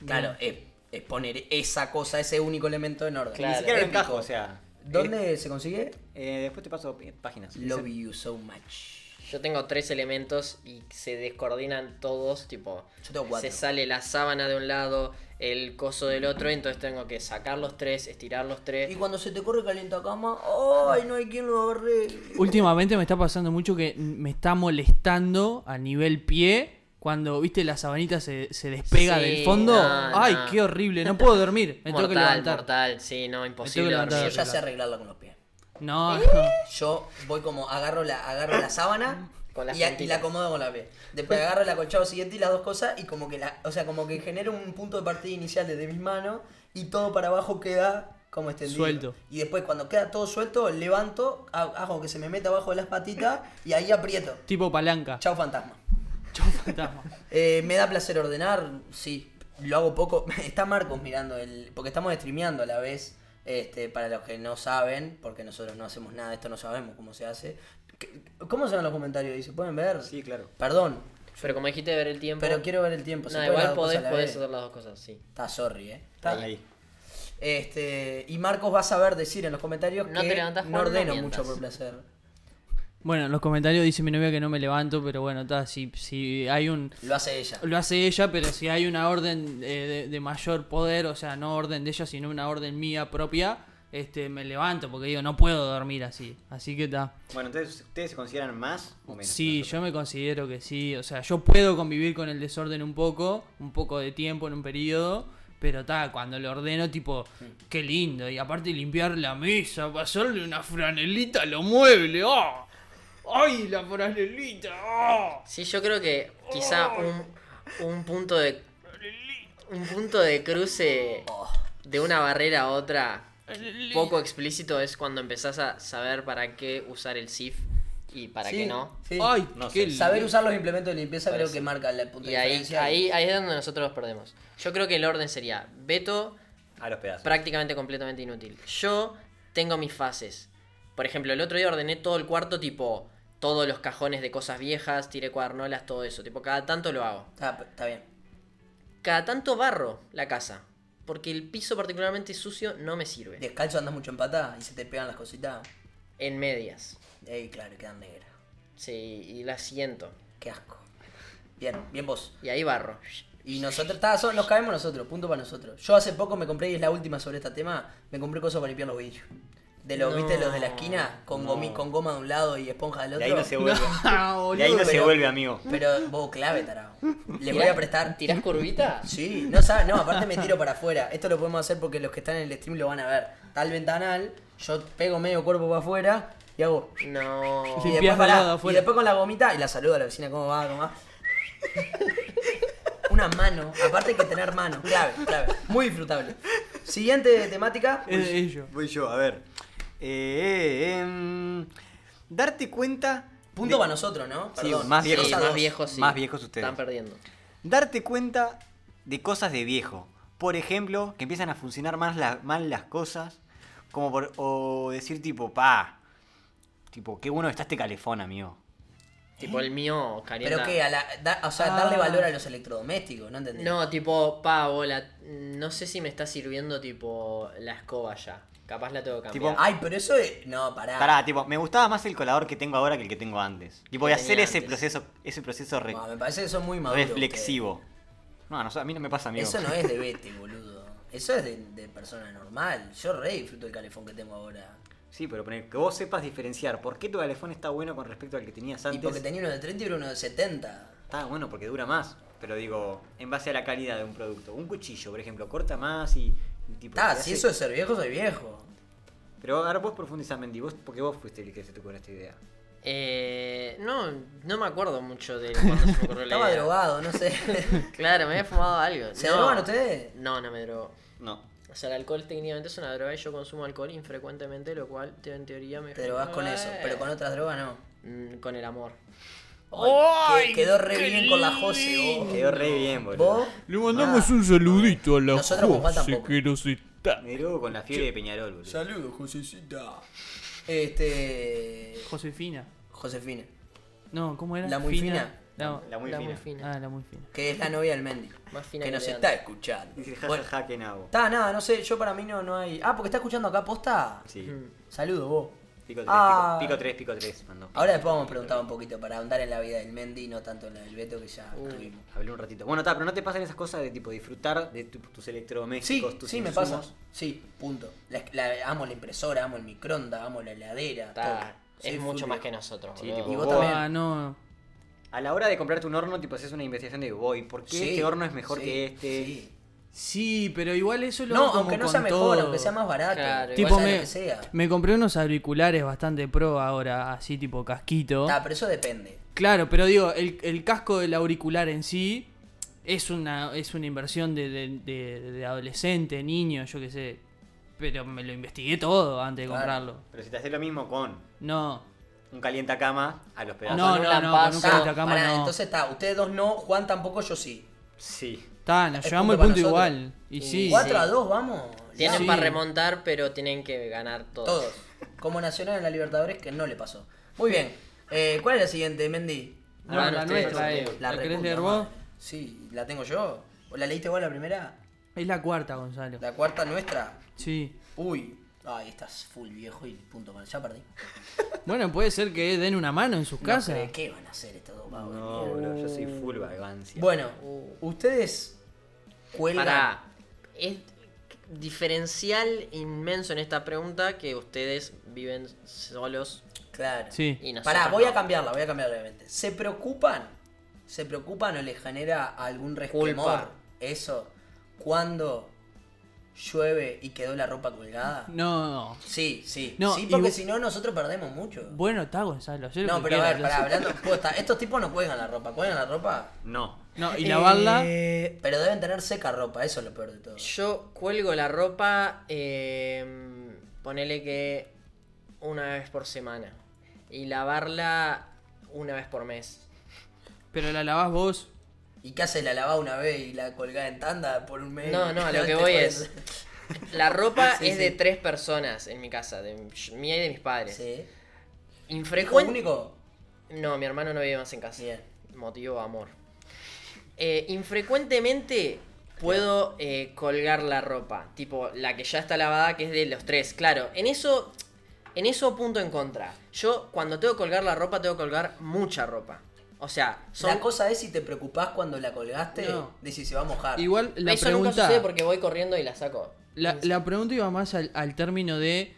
Speaker 3: Claro,
Speaker 6: Mm.
Speaker 3: es, es poner esa cosa, ese único elemento en orden.
Speaker 5: Ni
Speaker 6: Claro.
Speaker 5: siquiera lo
Speaker 3: Épico.
Speaker 5: encajo, o sea.
Speaker 3: ¿Dónde se consigue?
Speaker 5: eh, después te paso eh, páginas.
Speaker 3: Love you so much.
Speaker 6: Yo tengo tres elementos y se descoordinan todos, tipo...
Speaker 3: Yo tengo cuatro.
Speaker 6: Se sale la sábana de un lado, el coso del otro, entonces tengo que sacar los tres, estirar los tres.
Speaker 5: Eh.
Speaker 3: Y cuando se te corre calienta cama, ¡ay! No hay quien lo agarre.
Speaker 4: Últimamente me está pasando mucho que me está molestando a nivel pie cuando, viste, la sabanita se, se despega
Speaker 6: Sí,
Speaker 4: del fondo.
Speaker 6: no,
Speaker 4: Ay,
Speaker 6: no.
Speaker 4: qué horrible. No puedo dormir. Me tengo que
Speaker 6: mortal,
Speaker 4: levantar.
Speaker 6: mortal, sí, no, imposible
Speaker 4: levantar.
Speaker 3: Yo
Speaker 6: dormir.
Speaker 3: ya sé arreglarla con los pies.
Speaker 6: [LAUGHS]
Speaker 4: No, no.
Speaker 3: Yo voy como, agarro la, agarro la sábana
Speaker 6: [LAUGHS] Con las
Speaker 3: y, a- y la
Speaker 6: puntitas.
Speaker 3: acomodo con la pie.
Speaker 6: [LAUGHS]
Speaker 3: Después agarro el acolchado siguiente y las dos cosas y como que la, o sea, como que genero un punto de partida inicial desde mis manos y todo para abajo queda como extendido.
Speaker 4: Suelto.
Speaker 3: Y después cuando queda todo suelto, levanto, ha- hago que se me meta abajo de las patitas y ahí aprieto.
Speaker 4: Tipo palanca.
Speaker 3: Chao fantasma.
Speaker 4: Chau, fantasma.
Speaker 3: Eh, ¿Me da placer ordenar? Sí, lo hago poco. [LAUGHS] Está Marcos mirando, el, porque estamos streameando a la vez. Este, para los que no saben, porque nosotros no hacemos nada, esto no sabemos cómo se hace. ¿Qué- ¿Cómo se ven los comentarios? ahí? ¿Se pueden ver?
Speaker 5: Sí, claro.
Speaker 3: Perdón,
Speaker 6: Pero como dijiste ver el tiempo.
Speaker 3: pero quiero ver el tiempo. ¿se
Speaker 6: No,
Speaker 3: pueden las
Speaker 6: igual
Speaker 3: dos cosas
Speaker 6: podés,
Speaker 3: a la
Speaker 6: podés
Speaker 3: vez?
Speaker 6: hacer las dos cosas, sí.
Speaker 3: Está sorry, eh.
Speaker 5: Está ahí.
Speaker 3: Este, y Marcos va a saber decir en los comentarios
Speaker 6: No
Speaker 3: que
Speaker 6: te levantás,
Speaker 3: no
Speaker 6: Juan, no
Speaker 3: ordeno
Speaker 6: mientas.
Speaker 3: mucho por placer.
Speaker 4: Bueno, en los comentarios dice mi novia que no me levanto, pero bueno, está, si, si hay un...
Speaker 3: Lo hace ella.
Speaker 4: Lo hace ella, pero si hay una orden eh, de, de mayor poder, o sea, no orden de ella, sino una orden mía propia, este, me levanto porque digo, no puedo dormir así. Así que está.
Speaker 5: Bueno, entonces, ¿ustedes se consideran más o menos?
Speaker 4: Sí, yo me considero que sí. O sea, yo puedo convivir con el desorden un poco, un poco de tiempo en un periodo, pero ta, cuando lo ordeno, tipo, qué lindo. Y aparte limpiar la mesa, pasarle una franelita a los muebles. ¡ah! ¡Ay, la franelita! ¡ah!
Speaker 6: Sí, yo creo que quizá un, un punto de. Un punto de cruce de una barrera a otra poco explícito es cuando empezás a saber para qué usar el SIF y para
Speaker 3: Sí,
Speaker 6: qué no.
Speaker 3: sí.
Speaker 4: ¡Ay,
Speaker 5: No
Speaker 4: qué
Speaker 5: sé.
Speaker 4: lindo!
Speaker 3: Saber usar los implementos de limpieza creo que marca el punto
Speaker 6: Y
Speaker 3: de
Speaker 6: ahí,
Speaker 3: diferencia.
Speaker 6: ahí, ahí es donde nosotros los perdemos. Yo creo que el orden sería Beto,
Speaker 5: A los pedazos.
Speaker 6: prácticamente completamente inútil. Yo tengo mis fases. Por ejemplo, el otro día ordené todo el cuarto, tipo, todos los cajones de cosas viejas, tiré cuadernolas, todo eso. Tipo, cada tanto lo hago.
Speaker 3: Está, está bien.
Speaker 6: Cada tanto barro la casa. Porque el piso particularmente sucio no me sirve.
Speaker 3: Descalzo andas mucho en pata y se te pegan las cositas.
Speaker 6: En medias.
Speaker 3: Ey, claro, quedan negras.
Speaker 6: Sí, y la siento.
Speaker 3: Qué asco. Bien, bien vos.
Speaker 6: Y ahí barro.
Speaker 3: Y nosotros, ta, so- nos caemos nosotros, punto para nosotros. Yo hace poco me compré, y es la última sobre este tema, me compré cosas para limpiar los vidrios. De los,
Speaker 6: No,
Speaker 3: ¿viste? Los de la esquina, con,
Speaker 5: no.
Speaker 3: gomi- con goma de un lado y esponja del
Speaker 5: De
Speaker 3: otro.
Speaker 5: ahí no se
Speaker 3: [LAUGHS]
Speaker 5: vuelve.
Speaker 4: Ah,
Speaker 5: De ahí
Speaker 4: boludo.
Speaker 5: no se
Speaker 3: pero-
Speaker 5: vuelve, amigo.
Speaker 3: Pero vos, clave, tarado. Les voy
Speaker 6: Tirás-
Speaker 3: a prestar.
Speaker 6: ¿Tirás
Speaker 3: [LAUGHS]
Speaker 6: curvitas?
Speaker 3: Sí, no sabes, no, aparte me tiro para afuera. Esto lo podemos hacer porque los que están en el stream lo van a ver. Tal ventanal, yo pego medio cuerpo para afuera y hago.
Speaker 6: No.
Speaker 3: Y
Speaker 4: Limpiás
Speaker 3: después,
Speaker 4: del
Speaker 3: pará,
Speaker 4: lado de
Speaker 3: y
Speaker 4: afuera.
Speaker 3: después con la gomita y la saludo a la vecina, ¿cómo va? ¿Cómo va? [LAUGHS] Una mano, aparte hay que tener mano, clave, clave. Muy disfrutable. Siguiente temática.
Speaker 4: Es de ello.
Speaker 5: Voy yo, a ver. Eh, eh, em, darte cuenta.
Speaker 3: Punto
Speaker 5: de-
Speaker 3: para nosotros, ¿no?
Speaker 5: eh, Sí, más
Speaker 6: Sí,
Speaker 5: viejos.
Speaker 3: Dos a
Speaker 6: más
Speaker 3: dos.
Speaker 6: viejos sí.
Speaker 5: Más viejos ustedes.
Speaker 6: Están perdiendo.
Speaker 5: Darte cuenta de cosas de viejo. Por ejemplo, que empiezan a funcionar más la- mal las cosas. Como por. O decir tipo, pa. Tipo, qué bueno que está este calefón, amigo.
Speaker 6: Tipo el mío, cariño.
Speaker 3: ¿Eh? Pero que, a la, da- o sea, darle valor a los electrodomésticos, ¿no entendés?
Speaker 6: No, tipo, pa, bola, no sé si me está sirviendo tipo la escoba ya. Capaz la tengo que cambiar.
Speaker 5: Tipo,
Speaker 3: Ay, pero eso es... No, pará.
Speaker 5: Pará, tipo, me gustaba más el colador que tengo ahora que el que tengo antes. Tipo,
Speaker 6: Que
Speaker 5: de hacer
Speaker 6: tenía
Speaker 5: ese
Speaker 6: antes.
Speaker 5: proceso, ese proceso re-
Speaker 3: No, Ah, me parece que son muy maduros.
Speaker 5: reflexivo. No, no, a mí no me pasa,
Speaker 3: ustedes.
Speaker 5: amigo.
Speaker 3: Eso no es de Betty, boludo. Eso es de, de persona normal. Yo re disfruto el calefón que tengo ahora.
Speaker 5: Sí, pero poner que vos sepas diferenciar por qué tu calefón está bueno con respecto al que tenías
Speaker 3: Y
Speaker 5: antes.
Speaker 3: porque tenía uno de 30 y era uno de 70.
Speaker 5: Está bueno porque dura más. Pero digo, en base a la calidad de un producto. Un cuchillo, por ejemplo, corta más y, y tipo.
Speaker 3: Está, si
Speaker 5: te hace-
Speaker 3: Ah, eso es ser viejo, soy viejo.
Speaker 5: Pero ahora vos profundizás, Mendy, vos, porque vos fuiste el que se te ocurrió esta idea.
Speaker 3: ah.
Speaker 6: Eh, no, no me acuerdo mucho de cuando se me ocurrió la
Speaker 3: Estaba
Speaker 6: idea.
Speaker 3: drogado, no
Speaker 6: [LAUGHS]
Speaker 3: sé.
Speaker 6: Claro, me había fumado algo.
Speaker 3: ¿Se
Speaker 6: no.
Speaker 3: drogan ustedes?
Speaker 6: No, no me drogo.
Speaker 5: No.
Speaker 6: O sea, el alcohol técnicamente es una droga y yo consumo alcohol infrecuentemente, lo cual te- en teoría me... Eh,
Speaker 3: Te drogas con eso, pero con otras drogas no.
Speaker 6: Mm, con el amor.
Speaker 3: Ay, que- quedó re bien con la Jose, vos.
Speaker 5: Quedó re bien, boludo.
Speaker 3: ¿Vos?
Speaker 4: Le mandamos un saludito a la
Speaker 3: Nosotros con Juan
Speaker 4: Jose
Speaker 3: tampoco.
Speaker 4: que nos está.
Speaker 5: Me drogo con la fiebre de Peñarol, boludo.
Speaker 3: Saludos, Josecita. Este.
Speaker 4: Josefina.
Speaker 3: Josefina,
Speaker 4: No, ¿cómo era?
Speaker 3: La muy fina.
Speaker 4: La,
Speaker 5: La muy
Speaker 6: La
Speaker 5: fina.
Speaker 4: Ah, la muy fina.
Speaker 3: que es la novia del Mendy.
Speaker 6: Más fina
Speaker 3: Que
Speaker 6: que
Speaker 3: nos
Speaker 6: Leandro.
Speaker 3: está escuchando.
Speaker 5: Dice jaja
Speaker 3: Bueno,
Speaker 5: jaque nabo.
Speaker 3: Está, nada, no sé, yo para mí no, no hay. Ah, porque está escuchando acá posta.
Speaker 5: Sí.
Speaker 3: Saludos vos.
Speaker 5: Pico 3,
Speaker 3: Mm. Ah.
Speaker 5: pico 3, pico 3, mandó.
Speaker 3: Ahora después vamos a preguntar un poquito para ahondar en la vida del Mendy y no tanto en la del Beto que ya tuvimos.
Speaker 5: Hablé un ratito. Bueno, está, pero no te pasan esas cosas de tipo disfrutar de tu- tus
Speaker 3: Sí,
Speaker 5: electrodomésticos, tus
Speaker 3: sí, me
Speaker 5: insumos.
Speaker 3: pasa. Sí, punto. La, la- amo la impresora, amo el microondas, amo la heladera.
Speaker 6: Está-
Speaker 3: todo.
Speaker 6: es
Speaker 3: Soy
Speaker 6: mucho
Speaker 3: full
Speaker 6: más que
Speaker 3: viejo.
Speaker 6: nosotros.
Speaker 5: Sí,
Speaker 6: boludo.
Speaker 5: tipo,
Speaker 3: Y vos también.
Speaker 4: Ah, no.
Speaker 5: A la hora de comprarte un horno, tipo, haces una investigación de, voy, ¿por qué
Speaker 3: Sí,
Speaker 5: este horno es mejor
Speaker 3: sí,
Speaker 5: que este?
Speaker 3: sí.
Speaker 4: Sí, pero igual eso lo
Speaker 3: No,
Speaker 4: hago como
Speaker 3: aunque no
Speaker 4: con
Speaker 3: sea mejor,
Speaker 4: todo.
Speaker 3: aunque sea más barato.
Speaker 6: Claro,
Speaker 3: igual
Speaker 4: Tipo,
Speaker 3: sea lo
Speaker 4: me,
Speaker 3: que sea.
Speaker 4: me compré unos auriculares bastante pro ahora, así tipo casquito.
Speaker 3: Está, pero eso depende.
Speaker 4: Claro, pero digo, el, el casco del auricular en sí es una, es una inversión de, de- de- de adolescente, niño, yo qué sé. Pero me lo investigué todo antes de
Speaker 3: Claro.
Speaker 4: comprarlo.
Speaker 5: Pero si te haces lo mismo con
Speaker 4: No,
Speaker 5: un calientacama a los pedazos.
Speaker 4: no,
Speaker 6: un
Speaker 4: no, no, con
Speaker 6: lampazo.
Speaker 4: un
Speaker 3: Está,
Speaker 4: calentacama
Speaker 3: pará,
Speaker 4: no.
Speaker 3: Entonces está, ustedes dos no, Juan tampoco, yo sí.
Speaker 5: Sí.
Speaker 4: Está, nos
Speaker 3: es
Speaker 4: llevamos el
Speaker 3: punto
Speaker 4: punto
Speaker 3: para
Speaker 4: igual. Y sí,
Speaker 3: 4 a 2, vamos.
Speaker 6: Tienen
Speaker 4: Sí.
Speaker 6: para remontar, pero tienen que ganar todos.
Speaker 3: Todos. Como Nacional en la Libertadores, que no le pasó. Muy bien. Eh, ¿Cuál es la siguiente, Mendy?
Speaker 4: No,
Speaker 6: Van
Speaker 4: la
Speaker 6: ustedes,
Speaker 4: nuestra,
Speaker 6: ustedes.
Speaker 4: eh. ¿La querés
Speaker 3: reputa
Speaker 4: leer vos?
Speaker 3: madre. Sí, ¿la tengo yo? ¿O ¿La leíste vos la primera?
Speaker 4: es la cuarta, Gonzalo.
Speaker 3: ¿La cuarta nuestra?
Speaker 4: Sí.
Speaker 3: Uy. Ay, estás full viejo y punto mal. Ya perdí.
Speaker 4: Bueno, puede ser que den una mano en sus
Speaker 3: No
Speaker 4: casas.
Speaker 3: sé, ¿Qué van a hacer estos dos vagos de
Speaker 5: No,
Speaker 3: mierda?
Speaker 5: bro, yo soy full vagancia.
Speaker 3: Bueno, ustedes cuelgan...
Speaker 6: Uh, Pará. Es diferencial inmenso en esta pregunta que ustedes viven solos.
Speaker 3: Claro.
Speaker 4: Sí.
Speaker 6: Y nosotros
Speaker 3: Pará, voy
Speaker 6: no.
Speaker 3: a cambiarla, voy a cambiarla obviamente. ¿Se preocupan? ¿Se preocupan o les genera algún resquemor
Speaker 6: Culpa.
Speaker 3: eso cuando llueve y quedó la ropa colgada?
Speaker 4: [LAUGHS] No, no.
Speaker 3: Sí, sí.
Speaker 4: No,
Speaker 3: sí,
Speaker 4: y
Speaker 3: porque
Speaker 4: bu-
Speaker 3: si no, nosotros perdemos mucho.
Speaker 4: Bueno, está, Gonzalo. hacé lo
Speaker 3: no,
Speaker 4: que
Speaker 3: pero a ver,
Speaker 4: quieras.
Speaker 3: pará, hablando posta, estos tipos no cuelgan la ropa, cuelgan la ropa,
Speaker 5: No.
Speaker 4: No, Ah, y
Speaker 6: Eh,
Speaker 4: lavarla.
Speaker 3: Eh. pero deben tener seca ropa, eso es lo peor de todo.
Speaker 6: Yo cuelgo la ropa, eh, ponele que una vez por semana. Y lavarla una vez por mes.
Speaker 4: Pero la lavás vos.
Speaker 3: ¿Y qué haces? ¿La lavás una vez y la colgás en tanda por un mes?
Speaker 6: No, no,
Speaker 3: [LAUGHS]
Speaker 6: a lo que
Speaker 3: Te
Speaker 6: voy
Speaker 3: pones-
Speaker 6: es. La ropa
Speaker 3: [LAUGHS] Sí,
Speaker 6: es
Speaker 3: sí.
Speaker 6: de tres personas en mi casa, de mía y de mis padres.
Speaker 3: ¿Sí? ¿Hijo
Speaker 6: Infrecuente.
Speaker 3: único?
Speaker 6: No, mi hermano no vive más en casa.
Speaker 3: Bien.
Speaker 6: Motivo amor. Eh, infrecuentemente puedo eh, colgar la ropa. Tipo, la que ya está lavada, que es de los tres. Claro, en eso. En eso punto en contra. Yo cuando tengo que colgar la ropa, tengo que colgar mucha ropa. O sea, son.
Speaker 3: La cosa es si te preocupás cuando la colgaste,
Speaker 4: No.
Speaker 3: de si se va a mojar.
Speaker 4: Igual la
Speaker 6: eso
Speaker 4: pregunta.
Speaker 6: nunca sucede porque voy corriendo y la saco.
Speaker 4: La, la pregunta iba más al, al término de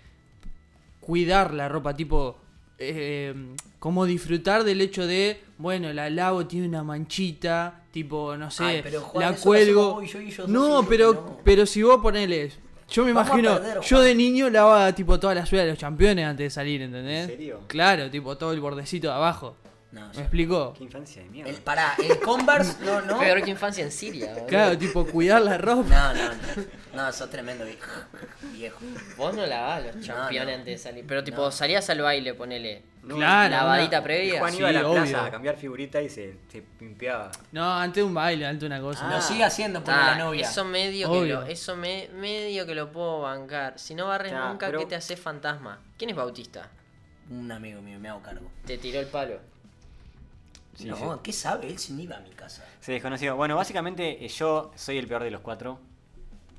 Speaker 4: cuidar la ropa, tipo, eh, como disfrutar del hecho de, bueno, la lavo, tiene una manchita, tipo, no sé,
Speaker 3: Ay, pero, Juan,
Speaker 4: la
Speaker 3: eso lo
Speaker 4: cuelgo.
Speaker 3: hacemos vos y yo, y yo
Speaker 4: no,
Speaker 3: soy yo
Speaker 4: pero,
Speaker 3: que no.
Speaker 4: pero si vos ponele, yo me
Speaker 3: Vamos a
Speaker 4: imagino,
Speaker 3: perder,
Speaker 4: yo
Speaker 3: Juan.
Speaker 4: de niño
Speaker 5: ¿Eh?
Speaker 4: lavaba tipo toda la suela de los campeones antes de salir, ¿entendés?
Speaker 5: ¿En serio?
Speaker 4: Claro, tipo todo el bordecito de abajo.
Speaker 3: No,
Speaker 4: ¿Me
Speaker 3: yo-
Speaker 4: explico?
Speaker 5: Qué infancia de mierda.
Speaker 3: el, pará, el
Speaker 6: [LAUGHS]
Speaker 3: Converse, no, no.
Speaker 6: Peor que infancia en Siria, boludo.
Speaker 4: Claro, tipo, cuidar
Speaker 5: [LAUGHS]
Speaker 4: la ropa.
Speaker 3: No, no, no. No, sos tremendo viejo. [LAUGHS] Viejo.
Speaker 6: Vos no lavás los championes
Speaker 3: no.
Speaker 6: antes de salir. Pero tipo,
Speaker 3: No.
Speaker 6: salías al baile, ponele.
Speaker 4: Claro,
Speaker 6: Lavadita
Speaker 4: una-
Speaker 6: previa.
Speaker 5: Juan
Speaker 4: Sí,
Speaker 5: iba a la
Speaker 4: obvio.
Speaker 5: plaza a cambiar figurita y se, se pimpeaba.
Speaker 4: No, ante un baile, ante una cosa.
Speaker 3: Lo sigue haciendo por
Speaker 6: Ah,
Speaker 3: la novia.
Speaker 6: Eso medio que
Speaker 4: Obvio.
Speaker 6: lo, eso me- medio que lo puedo bancar. Si no barres
Speaker 5: Ya,
Speaker 6: nunca,
Speaker 5: pero-
Speaker 6: ¿qué te haces fantasma? ¿Quién es Bautista?
Speaker 3: Un amigo mío, me hago cargo.
Speaker 6: Te tiró el palo.
Speaker 3: no, ¿qué sabe? Él sin iba a mi casa.
Speaker 5: Se desconoció. Bueno, básicamente eh, yo soy el peor de los cuatro.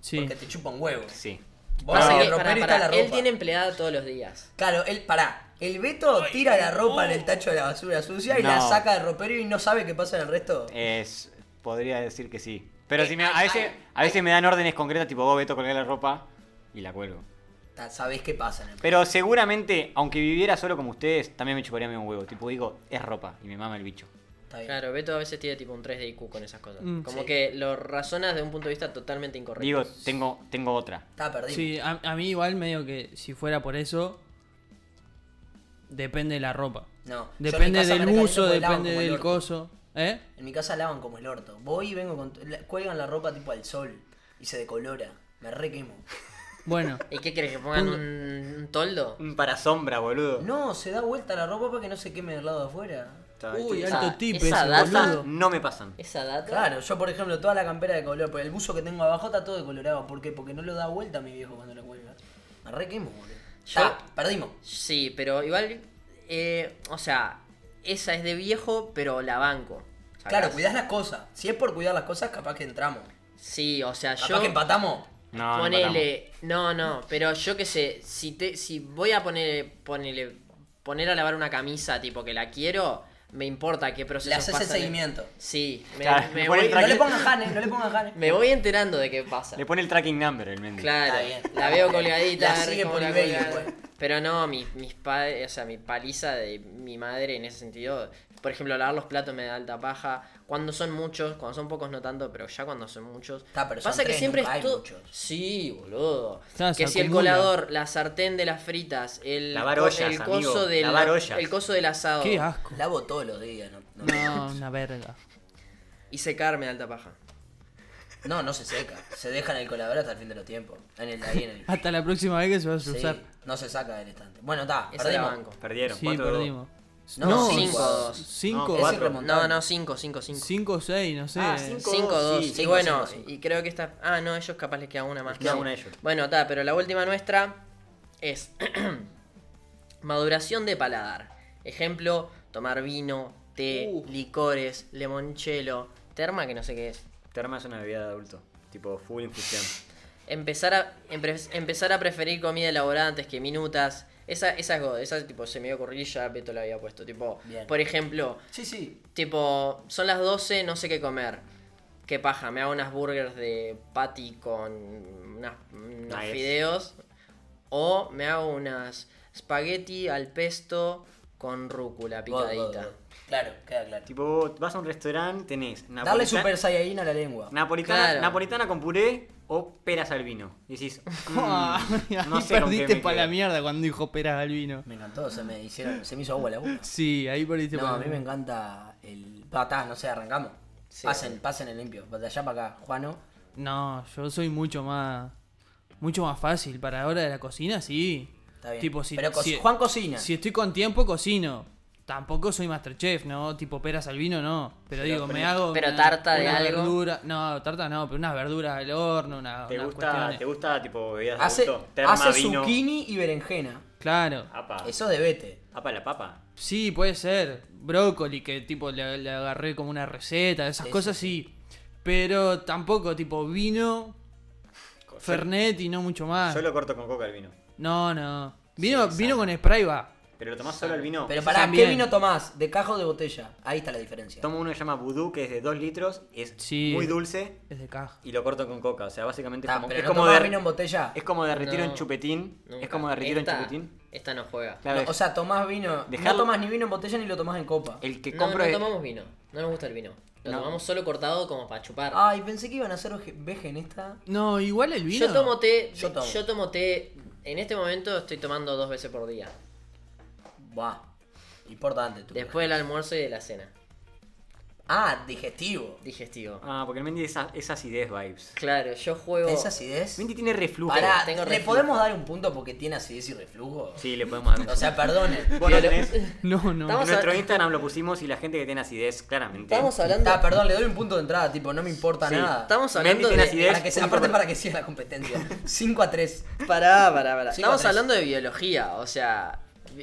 Speaker 4: Sí.
Speaker 3: Porque te chupa un huevo.
Speaker 5: Sí.
Speaker 3: Vos
Speaker 6: Pasa
Speaker 3: no,
Speaker 6: que-
Speaker 3: el
Speaker 6: pará,
Speaker 3: ropero y
Speaker 6: pará,
Speaker 3: está la ropa.
Speaker 6: él tiene empleada todos los días.
Speaker 3: Claro, él, pará. El Beto tira la ropa en el tacho de la basura sucia y la
Speaker 5: No.
Speaker 3: saca del ropero y no sabe qué pasa en el resto.
Speaker 5: Es, podría decir que sí. Pero si me, a, veces, a veces me dan órdenes concretas, tipo, vos Beto, colgá la ropa y la cuelgo.
Speaker 3: Ta- Sabés qué pasa en el
Speaker 5: Pero seguramente, aunque viviera solo como ustedes, también me chuparía medio un huevo. Tipo, digo, es ropa y me mama el bicho.
Speaker 3: Está bien.
Speaker 6: Claro, Beto a veces tiene tipo un 3 de IQ con esas cosas.
Speaker 4: Mm.
Speaker 6: Como
Speaker 3: Sí.
Speaker 6: que lo razonas de un punto de vista totalmente incorrecto.
Speaker 5: Digo, tengo, tengo otra.
Speaker 3: Está perdido.
Speaker 4: Sí, a, a mí igual medio que si fuera por eso, depende de la ropa.
Speaker 3: No. yo en mi
Speaker 4: Depende
Speaker 3: casa me
Speaker 4: del
Speaker 3: recaliento
Speaker 4: uso,
Speaker 3: porque lavan
Speaker 4: depende
Speaker 3: como el
Speaker 4: del
Speaker 3: orto.
Speaker 4: coso. ¿Eh?
Speaker 3: En mi casa lavan como el orto. Voy y vengo con. la- cuelgan la ropa tipo al sol y se decolora. Me re quemo.
Speaker 4: Bueno,
Speaker 3: [LAUGHS]
Speaker 6: ¿Y qué quieres? ¿Que pongan un, un toldo?
Speaker 5: Un parasombra, boludo.
Speaker 3: No, se da vuelta la ropa para que no se queme del lado de afuera. Ah,
Speaker 5: Está,
Speaker 4: uy,
Speaker 5: esa-
Speaker 4: alto tip
Speaker 6: esa
Speaker 4: ese,
Speaker 6: data-
Speaker 4: boludo.
Speaker 5: No me pasan.
Speaker 6: ¿Esa data?
Speaker 3: Claro, yo por ejemplo, toda la campera de color, pero el buzo que tengo abajo está todo decolorado. ¿Por qué? Porque no lo da vuelta mi viejo cuando lo cuelga. Me re quemo, boludo.
Speaker 6: Yo-
Speaker 3: Ta, perdimos.
Speaker 6: Sí, pero igual. eh, o sea, esa es de viejo, pero la banco. ¿Sacás?
Speaker 3: Claro, cuidás las cosas. Si es por cuidar las cosas, capaz que entramos.
Speaker 6: Sí, o sea,
Speaker 3: Capaz
Speaker 6: yo.
Speaker 3: que empatamos.
Speaker 5: No, no
Speaker 6: ponele. No, no, pero yo qué sé, si te, si voy a poner, ponele, poner a lavar una camisa, tipo que la quiero, me importa qué proceso.
Speaker 3: Le haces el
Speaker 6: pasan en-
Speaker 3: seguimiento.
Speaker 6: Sí, me,
Speaker 5: Claro,
Speaker 6: me
Speaker 5: le
Speaker 6: voy,
Speaker 5: ponen
Speaker 3: No le
Speaker 5: Tranqui-
Speaker 3: pongan janes, no le pongan janes. [LAUGHS]
Speaker 6: me voy enterando de qué pasa.
Speaker 5: Le pone el tracking number el Mendy.
Speaker 6: Claro,
Speaker 3: Está bien.
Speaker 6: la veo colgadita.
Speaker 3: La
Speaker 6: a ver
Speaker 3: sigue
Speaker 6: cómo
Speaker 3: por pues.
Speaker 6: la
Speaker 3: eBay
Speaker 6: colgan.
Speaker 3: después.
Speaker 6: Pero no, mi- mis padres, o sea, mi paliza de mi madre en ese sentido. Por ejemplo, lavar los platos me da alta paja. Cuando son muchos, cuando son pocos no tanto, pero ya cuando son muchos.
Speaker 3: Ta, pero son
Speaker 6: pasa que
Speaker 3: tres,
Speaker 6: siempre
Speaker 3: nunca
Speaker 6: es
Speaker 3: hay
Speaker 6: todo.
Speaker 3: muchos.
Speaker 6: Sí, boludo.
Speaker 4: Claro, se
Speaker 6: que si el
Speaker 4: acumula.
Speaker 6: colador, la sartén de las fritas, el,
Speaker 5: Lavar
Speaker 6: co-
Speaker 5: ollas,
Speaker 6: el coso
Speaker 5: amigo,
Speaker 6: del
Speaker 5: lavar ollas.
Speaker 6: el coso del asado
Speaker 4: Qué asco.
Speaker 3: Lavo todos los días. No, no,
Speaker 4: No, una verga.
Speaker 6: y secar me da alta paja.
Speaker 3: no, no se seca. Se deja en el colador hasta el fin de los tiempos. En el, ahí
Speaker 4: [LAUGHS]
Speaker 3: en el.
Speaker 4: Hasta la próxima vez que se va a
Speaker 3: Sí,
Speaker 4: usar.
Speaker 3: no se saca del estante. Bueno, está,
Speaker 6: Esa la
Speaker 3: perdimos.
Speaker 6: banco.
Speaker 5: Perdieron.
Speaker 4: Sí,
Speaker 5: cuatro, dos.
Speaker 4: perdimos.
Speaker 3: No,
Speaker 6: cinco, dos.
Speaker 5: No,
Speaker 4: 5
Speaker 3: Es
Speaker 5: cuatro.
Speaker 3: irremontable.
Speaker 6: No, no, cinco, cinco, cinco.
Speaker 4: 5 o 6, no sé.
Speaker 5: Ah, cinco.
Speaker 6: 5-2.
Speaker 5: Sí,
Speaker 6: y
Speaker 5: cinco,
Speaker 6: bueno,
Speaker 5: cinco, cinco.
Speaker 6: y creo que esta. Ah, no, ellos capaz les queda una más.
Speaker 5: Les queda
Speaker 6: No.
Speaker 5: una a ellos.
Speaker 6: Bueno, está, pero la última nuestra es. [CLEARS THROAT] maduración de paladar. Ejemplo, tomar vino, té,
Speaker 5: Uh.
Speaker 6: licores, limonchelo, terma, que no sé qué es.
Speaker 5: Terma es una bebida de adulto. Tipo, full infusión.
Speaker 6: Empezar a, empre- empezar a preferir comida elaborada antes que minutas. Esa, esa es God, esa tipo se me iba a ocurrir y ya Beto la había puesto. Tipo,
Speaker 3: Bien.
Speaker 6: por ejemplo,
Speaker 3: Sí, sí.
Speaker 6: Tipo, son las 12, no sé qué comer. Qué paja, me hago unas burgers de patty con unas- unos
Speaker 5: Nuggets.
Speaker 6: fideos. O me hago unas spaghetti al pesto con rúcula
Speaker 3: God, God,
Speaker 6: picadita.
Speaker 3: God. Claro, queda claro.
Speaker 5: Tipo, vos vas a un restaurante, tenés
Speaker 3: Darle
Speaker 5: napolita-
Speaker 3: super saiyajin a la lengua.
Speaker 5: napolitana,
Speaker 6: Claro.
Speaker 5: napolitana con puré o peras al vino.
Speaker 4: [LAUGHS]
Speaker 5: Y decís,
Speaker 4: [LAUGHS]
Speaker 5: mm,
Speaker 4: Ah, Ahí
Speaker 5: no sé con qué
Speaker 4: perdiste
Speaker 5: me
Speaker 4: para
Speaker 5: quedo.
Speaker 4: la mierda cuando dijo peras al vino.
Speaker 3: Me encantó, se me hicieron, se me hizo agua la boca.
Speaker 4: [LAUGHS] Sí, ahí perdiste
Speaker 3: No,
Speaker 4: para
Speaker 3: a
Speaker 4: la
Speaker 3: mí me
Speaker 4: mierda.
Speaker 3: encanta el. Patá, no sé, arrancamos.
Speaker 6: Sí.
Speaker 3: Pasen, pasen el limpio. De allá para acá, Juano.
Speaker 4: No, yo soy mucho más. Mucho más fácil. Para la hora de la cocina, sí.
Speaker 3: Está bien.
Speaker 4: Tipo, si,
Speaker 3: Pero co-
Speaker 4: si-
Speaker 3: Juan cocina.
Speaker 4: Si estoy con tiempo, cocino. Tampoco soy Masterchef, ¿no? Tipo peras al vino, no. Pero, digo, me hago.
Speaker 6: pero
Speaker 4: una-
Speaker 6: tarta de
Speaker 4: una
Speaker 6: algo.
Speaker 4: verdura. No, tarta no, pero unas verduras al horno, una,
Speaker 5: ¿Te
Speaker 4: unas
Speaker 5: gusta,
Speaker 4: cuestiones.
Speaker 5: ¿Te gusta tipo bebidas de
Speaker 3: hace
Speaker 5: adulto? Terma,
Speaker 3: hace
Speaker 5: vino. Ah.
Speaker 3: zucchini y berenjena.
Speaker 4: Claro.
Speaker 5: Apa.
Speaker 3: Eso debete.
Speaker 5: Apa la papa.
Speaker 4: Sí, puede ser. Brócoli, que tipo le, le agarré como una receta, esas
Speaker 3: Sí,
Speaker 4: cosas sí. Pero tampoco, tipo vino, Fernet y no mucho más.
Speaker 5: Yo lo corto con coca el vino.
Speaker 4: No, no. Vino, vino con spray va.
Speaker 5: Pero lo tomás solo el vino.
Speaker 3: Pero pará,
Speaker 4: también.
Speaker 3: ¿qué vino tomás? ¿De caja o de botella? Ahí está la diferencia.
Speaker 5: Tomo uno que se llama vudú, que es de 2 litros, es
Speaker 4: Sí.
Speaker 5: muy dulce
Speaker 4: Es de caja.
Speaker 5: y lo corto con coca. O sea, básicamente es
Speaker 3: Está,
Speaker 5: como,
Speaker 3: pero
Speaker 5: es,
Speaker 3: no
Speaker 5: como
Speaker 3: tomás
Speaker 5: derre-
Speaker 3: vino en botella.
Speaker 5: es como derretir
Speaker 6: No,
Speaker 5: un chupetín.
Speaker 6: Nunca.
Speaker 5: Es como derretir un
Speaker 6: Esta-
Speaker 5: chupetín.
Speaker 6: Esta no juega.
Speaker 5: Claro,
Speaker 3: No, o sea, tomás vino.
Speaker 5: Dejar-
Speaker 3: No tomás ni vino en botella ni lo tomás en copa.
Speaker 5: el que
Speaker 6: No,
Speaker 5: compro
Speaker 6: no
Speaker 5: es-
Speaker 6: tomamos vino. No nos gusta el vino. Lo
Speaker 5: No. Ah,
Speaker 6: tomamos solo cortado como para chupar.
Speaker 3: Ay, pensé que iban a hacer oje- veje en esta.
Speaker 4: No, igual el vino.
Speaker 6: yo tomo té.
Speaker 3: Yo
Speaker 6: Yo
Speaker 3: tomo.
Speaker 6: tomo. té. En este momento estoy tomando dos veces por día.
Speaker 3: Buah. Importante tu
Speaker 6: Después del almuerzo y de la cena.
Speaker 3: Ah, digestivo.
Speaker 6: Digestivo.
Speaker 5: Ah, porque el Mendy es esa, es acidez vibes.
Speaker 6: Claro, yo juego.
Speaker 3: ¿Es acidez?
Speaker 5: Mendy tiene reflujo.
Speaker 3: Pará,
Speaker 6: tengo
Speaker 3: ¿le
Speaker 6: reflujo.
Speaker 3: podemos dar un punto porque tiene acidez y reflujo?
Speaker 5: Sí, le podemos dar un
Speaker 3: O sea, perdonen.
Speaker 5: Vos no
Speaker 6: [LAUGHS]
Speaker 5: tenés-
Speaker 4: [LAUGHS] No, no.
Speaker 6: Estamos-
Speaker 5: En nuestro
Speaker 6: a-
Speaker 5: Instagram lo pusimos y la gente que tiene acidez, claramente.
Speaker 6: Estamos hablando.
Speaker 3: Ah, perdón, le doy un punto de entrada, tipo, no me importa
Speaker 5: Sí.
Speaker 3: nada.
Speaker 6: Estamos
Speaker 5: Mendy
Speaker 6: hablando
Speaker 5: tiene
Speaker 6: de-
Speaker 5: acidez,
Speaker 3: Para que sea-
Speaker 5: punto
Speaker 3: aparte
Speaker 5: para-
Speaker 3: para que siga la competencia.
Speaker 6: [LAUGHS]
Speaker 3: 5 a 3.
Speaker 6: Pará, pará, pará.
Speaker 3: Cinco a
Speaker 6: Estamos
Speaker 3: tres.
Speaker 6: hablando de biología, o sea,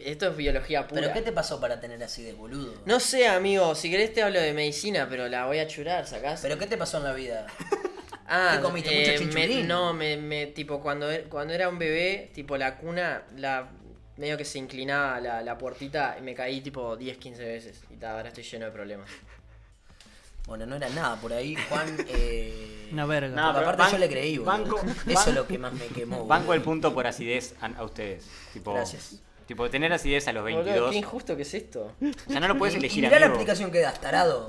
Speaker 6: esto es biología pura.
Speaker 3: ¿Pero qué te pasó para tener acidez, boludo?
Speaker 6: No sé, amigo, si querés te hablo de medicina, pero la voy a churar, ¿sacás?
Speaker 3: ¿Pero qué te pasó en la vida?
Speaker 6: [LAUGHS] ah,
Speaker 3: ¿qué comiste? ¿Mucho
Speaker 6: me-
Speaker 3: chinchulín?
Speaker 6: No, me, me- tipo, cuando, er- cuando era un bebé, tipo, la cuna, la medio que se inclinaba la, la puertita y me caí, tipo, 10, 15 veces. Y ta, ahora estoy lleno de problemas.
Speaker 3: Bueno, no era nada por ahí, Juan. Eh...
Speaker 4: Una verga.
Speaker 5: Nada,
Speaker 3: porque
Speaker 5: pero
Speaker 3: aparte
Speaker 5: ban-
Speaker 3: yo le creí, boludo.
Speaker 5: banco-
Speaker 3: Eso
Speaker 5: ban-
Speaker 3: es lo que más me quemó. boludo.
Speaker 5: Banco el punto por acidez a, a ustedes. Tipo,
Speaker 3: Gracias.
Speaker 5: Tipo, tener acidez a los
Speaker 6: Boludo,
Speaker 5: 22.
Speaker 6: qué injusto que es esto.
Speaker 5: O sea,
Speaker 3: [LAUGHS]
Speaker 5: no lo puedes
Speaker 3: Y
Speaker 5: elegir,
Speaker 3: mirá la
Speaker 5: amigo.
Speaker 3: explicación que das, tarado.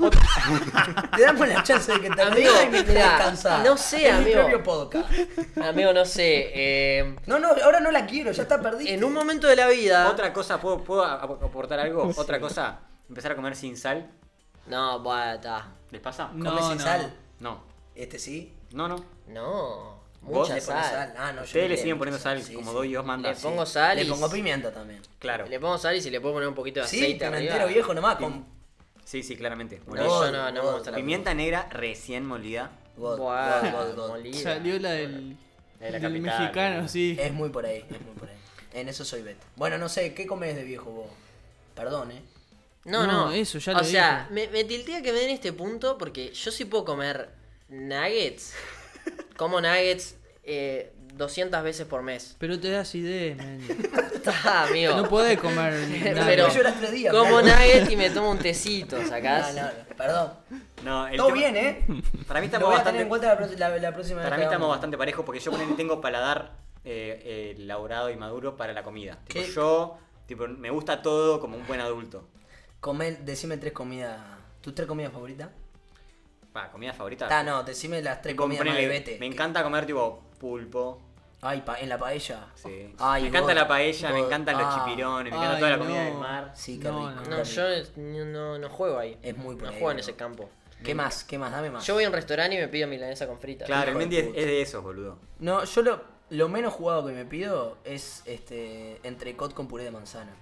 Speaker 6: [LAUGHS]
Speaker 3: Te damos la chance de que te
Speaker 6: Amigo,
Speaker 3: rías y me
Speaker 6: mirá,
Speaker 3: descansar.
Speaker 6: no sé,
Speaker 3: Es Mi
Speaker 6: amigo.
Speaker 3: propio podcast.
Speaker 6: Amigo, no sé, eh,
Speaker 3: No, no, ahora no la quiero, ya está perdida.
Speaker 6: en un momento de la vida...
Speaker 5: Otra cosa, ¿puedo, puedo a- a-
Speaker 3: [LAUGHS]
Speaker 5: aportar algo? Otra cosa, empezar a comer sin sal.
Speaker 6: No, bata.
Speaker 5: ¿Les pasa?
Speaker 4: No.
Speaker 3: Come sin sal.
Speaker 5: No.
Speaker 3: Este sí.
Speaker 5: No, no.
Speaker 6: No,
Speaker 5: Vos
Speaker 6: mucha
Speaker 5: le
Speaker 3: Le pones
Speaker 6: sal.
Speaker 3: sal. Ah, no, yo
Speaker 5: Ustedes
Speaker 3: no
Speaker 5: le
Speaker 3: creo.
Speaker 5: siguen poniendo sal,
Speaker 3: Sí,
Speaker 5: como
Speaker 3: sí.
Speaker 5: doy Dios manda.
Speaker 6: Le
Speaker 5: sí.
Speaker 6: pongo sal y...
Speaker 3: Le pongo pimienta también.
Speaker 5: Claro.
Speaker 6: Le pongo sal y si le puedo poner un poquito de aceite
Speaker 3: Sí, pimentero
Speaker 6: arriba.
Speaker 3: viejo nomás, con
Speaker 5: Sí, sí, claramente.
Speaker 6: No,
Speaker 5: Bueno,
Speaker 6: yo no, no me gusta la
Speaker 5: Pimienta negra recién molida.
Speaker 3: God,
Speaker 6: Buah,
Speaker 3: God, God, God.
Speaker 6: molida.
Speaker 4: Salió la del,
Speaker 5: La de la
Speaker 4: del
Speaker 5: capital,
Speaker 4: mexicano,
Speaker 5: boludo.
Speaker 4: sí.
Speaker 3: Es muy por ahí, es muy por ahí. En eso soy Beto. Bueno, no sé, ¿qué comes de viejo vos? Perdón,
Speaker 6: [LAUGHS]
Speaker 3: eh.
Speaker 6: No, no,
Speaker 4: No, eso ya
Speaker 6: O
Speaker 4: lo
Speaker 6: sea, me, me tiltea que me den este punto porque yo sí puedo comer
Speaker 3: [LAUGHS]
Speaker 6: nuggets. Como nuggets eh, 200 veces por mes.
Speaker 3: [LAUGHS]
Speaker 4: Pero te das ideas, man.
Speaker 6: Está, amigo.
Speaker 4: No podés comer nada.
Speaker 6: Pero
Speaker 3: Yo lloré tres días,
Speaker 6: como
Speaker 3: [LAUGHS] mirá.
Speaker 6: nuggets y me tomo un tecito,
Speaker 3: No,
Speaker 6: ¿sacás?
Speaker 3: no, no, perdón.
Speaker 5: No, el
Speaker 3: Todo
Speaker 5: tema-
Speaker 3: bien, eh.
Speaker 5: [LAUGHS] Para mí
Speaker 3: Lo
Speaker 5: estamos
Speaker 3: voy a tener
Speaker 5: bastante.
Speaker 3: en cuenta la, pro- la- la próxima vez.
Speaker 5: Para mí
Speaker 3: que
Speaker 5: estamos
Speaker 3: hagamos.
Speaker 5: bastante parejos porque yo por ejemplo, tengo paladar eh, eh, elaborado y maduro para la comida. Tipo,
Speaker 3: ¿Qué?
Speaker 5: yo tipo, me gusta todo como un buen adulto.
Speaker 3: Comé- decime tres comidas. ¿Tus tres comidas favoritas?
Speaker 5: Pa, comida favorita.
Speaker 3: Ah, no, decime las tres comidas más
Speaker 5: Ponele,
Speaker 3: de Bete.
Speaker 5: me encanta comer tipo pulpo.
Speaker 3: Ay, pa- en la paella.
Speaker 5: sí.
Speaker 3: Ay,
Speaker 5: me encanta
Speaker 3: God,
Speaker 5: la paella, me
Speaker 3: God.
Speaker 5: encantan los
Speaker 3: Ah,
Speaker 5: chipirones, me encanta toda la comida del mar.
Speaker 3: Sí, qué
Speaker 4: No,
Speaker 3: rico.
Speaker 4: no.
Speaker 6: No, yo no, no- no juego ahí.
Speaker 3: Es muy Ah.
Speaker 6: No
Speaker 3: por ahí,
Speaker 6: juego en
Speaker 3: bro.
Speaker 6: ese campo.
Speaker 3: ¿Qué más? ¿Qué más? Dame más.
Speaker 6: Yo voy a un restaurante y me pido milanesa con fritas.
Speaker 5: Claro, el
Speaker 3: Hijo de
Speaker 5: Mendy es,
Speaker 3: puta.
Speaker 5: es de esos, boludo.
Speaker 3: No, yo lo, lo menos jugado que me pido es este entrecot con puré de manzana.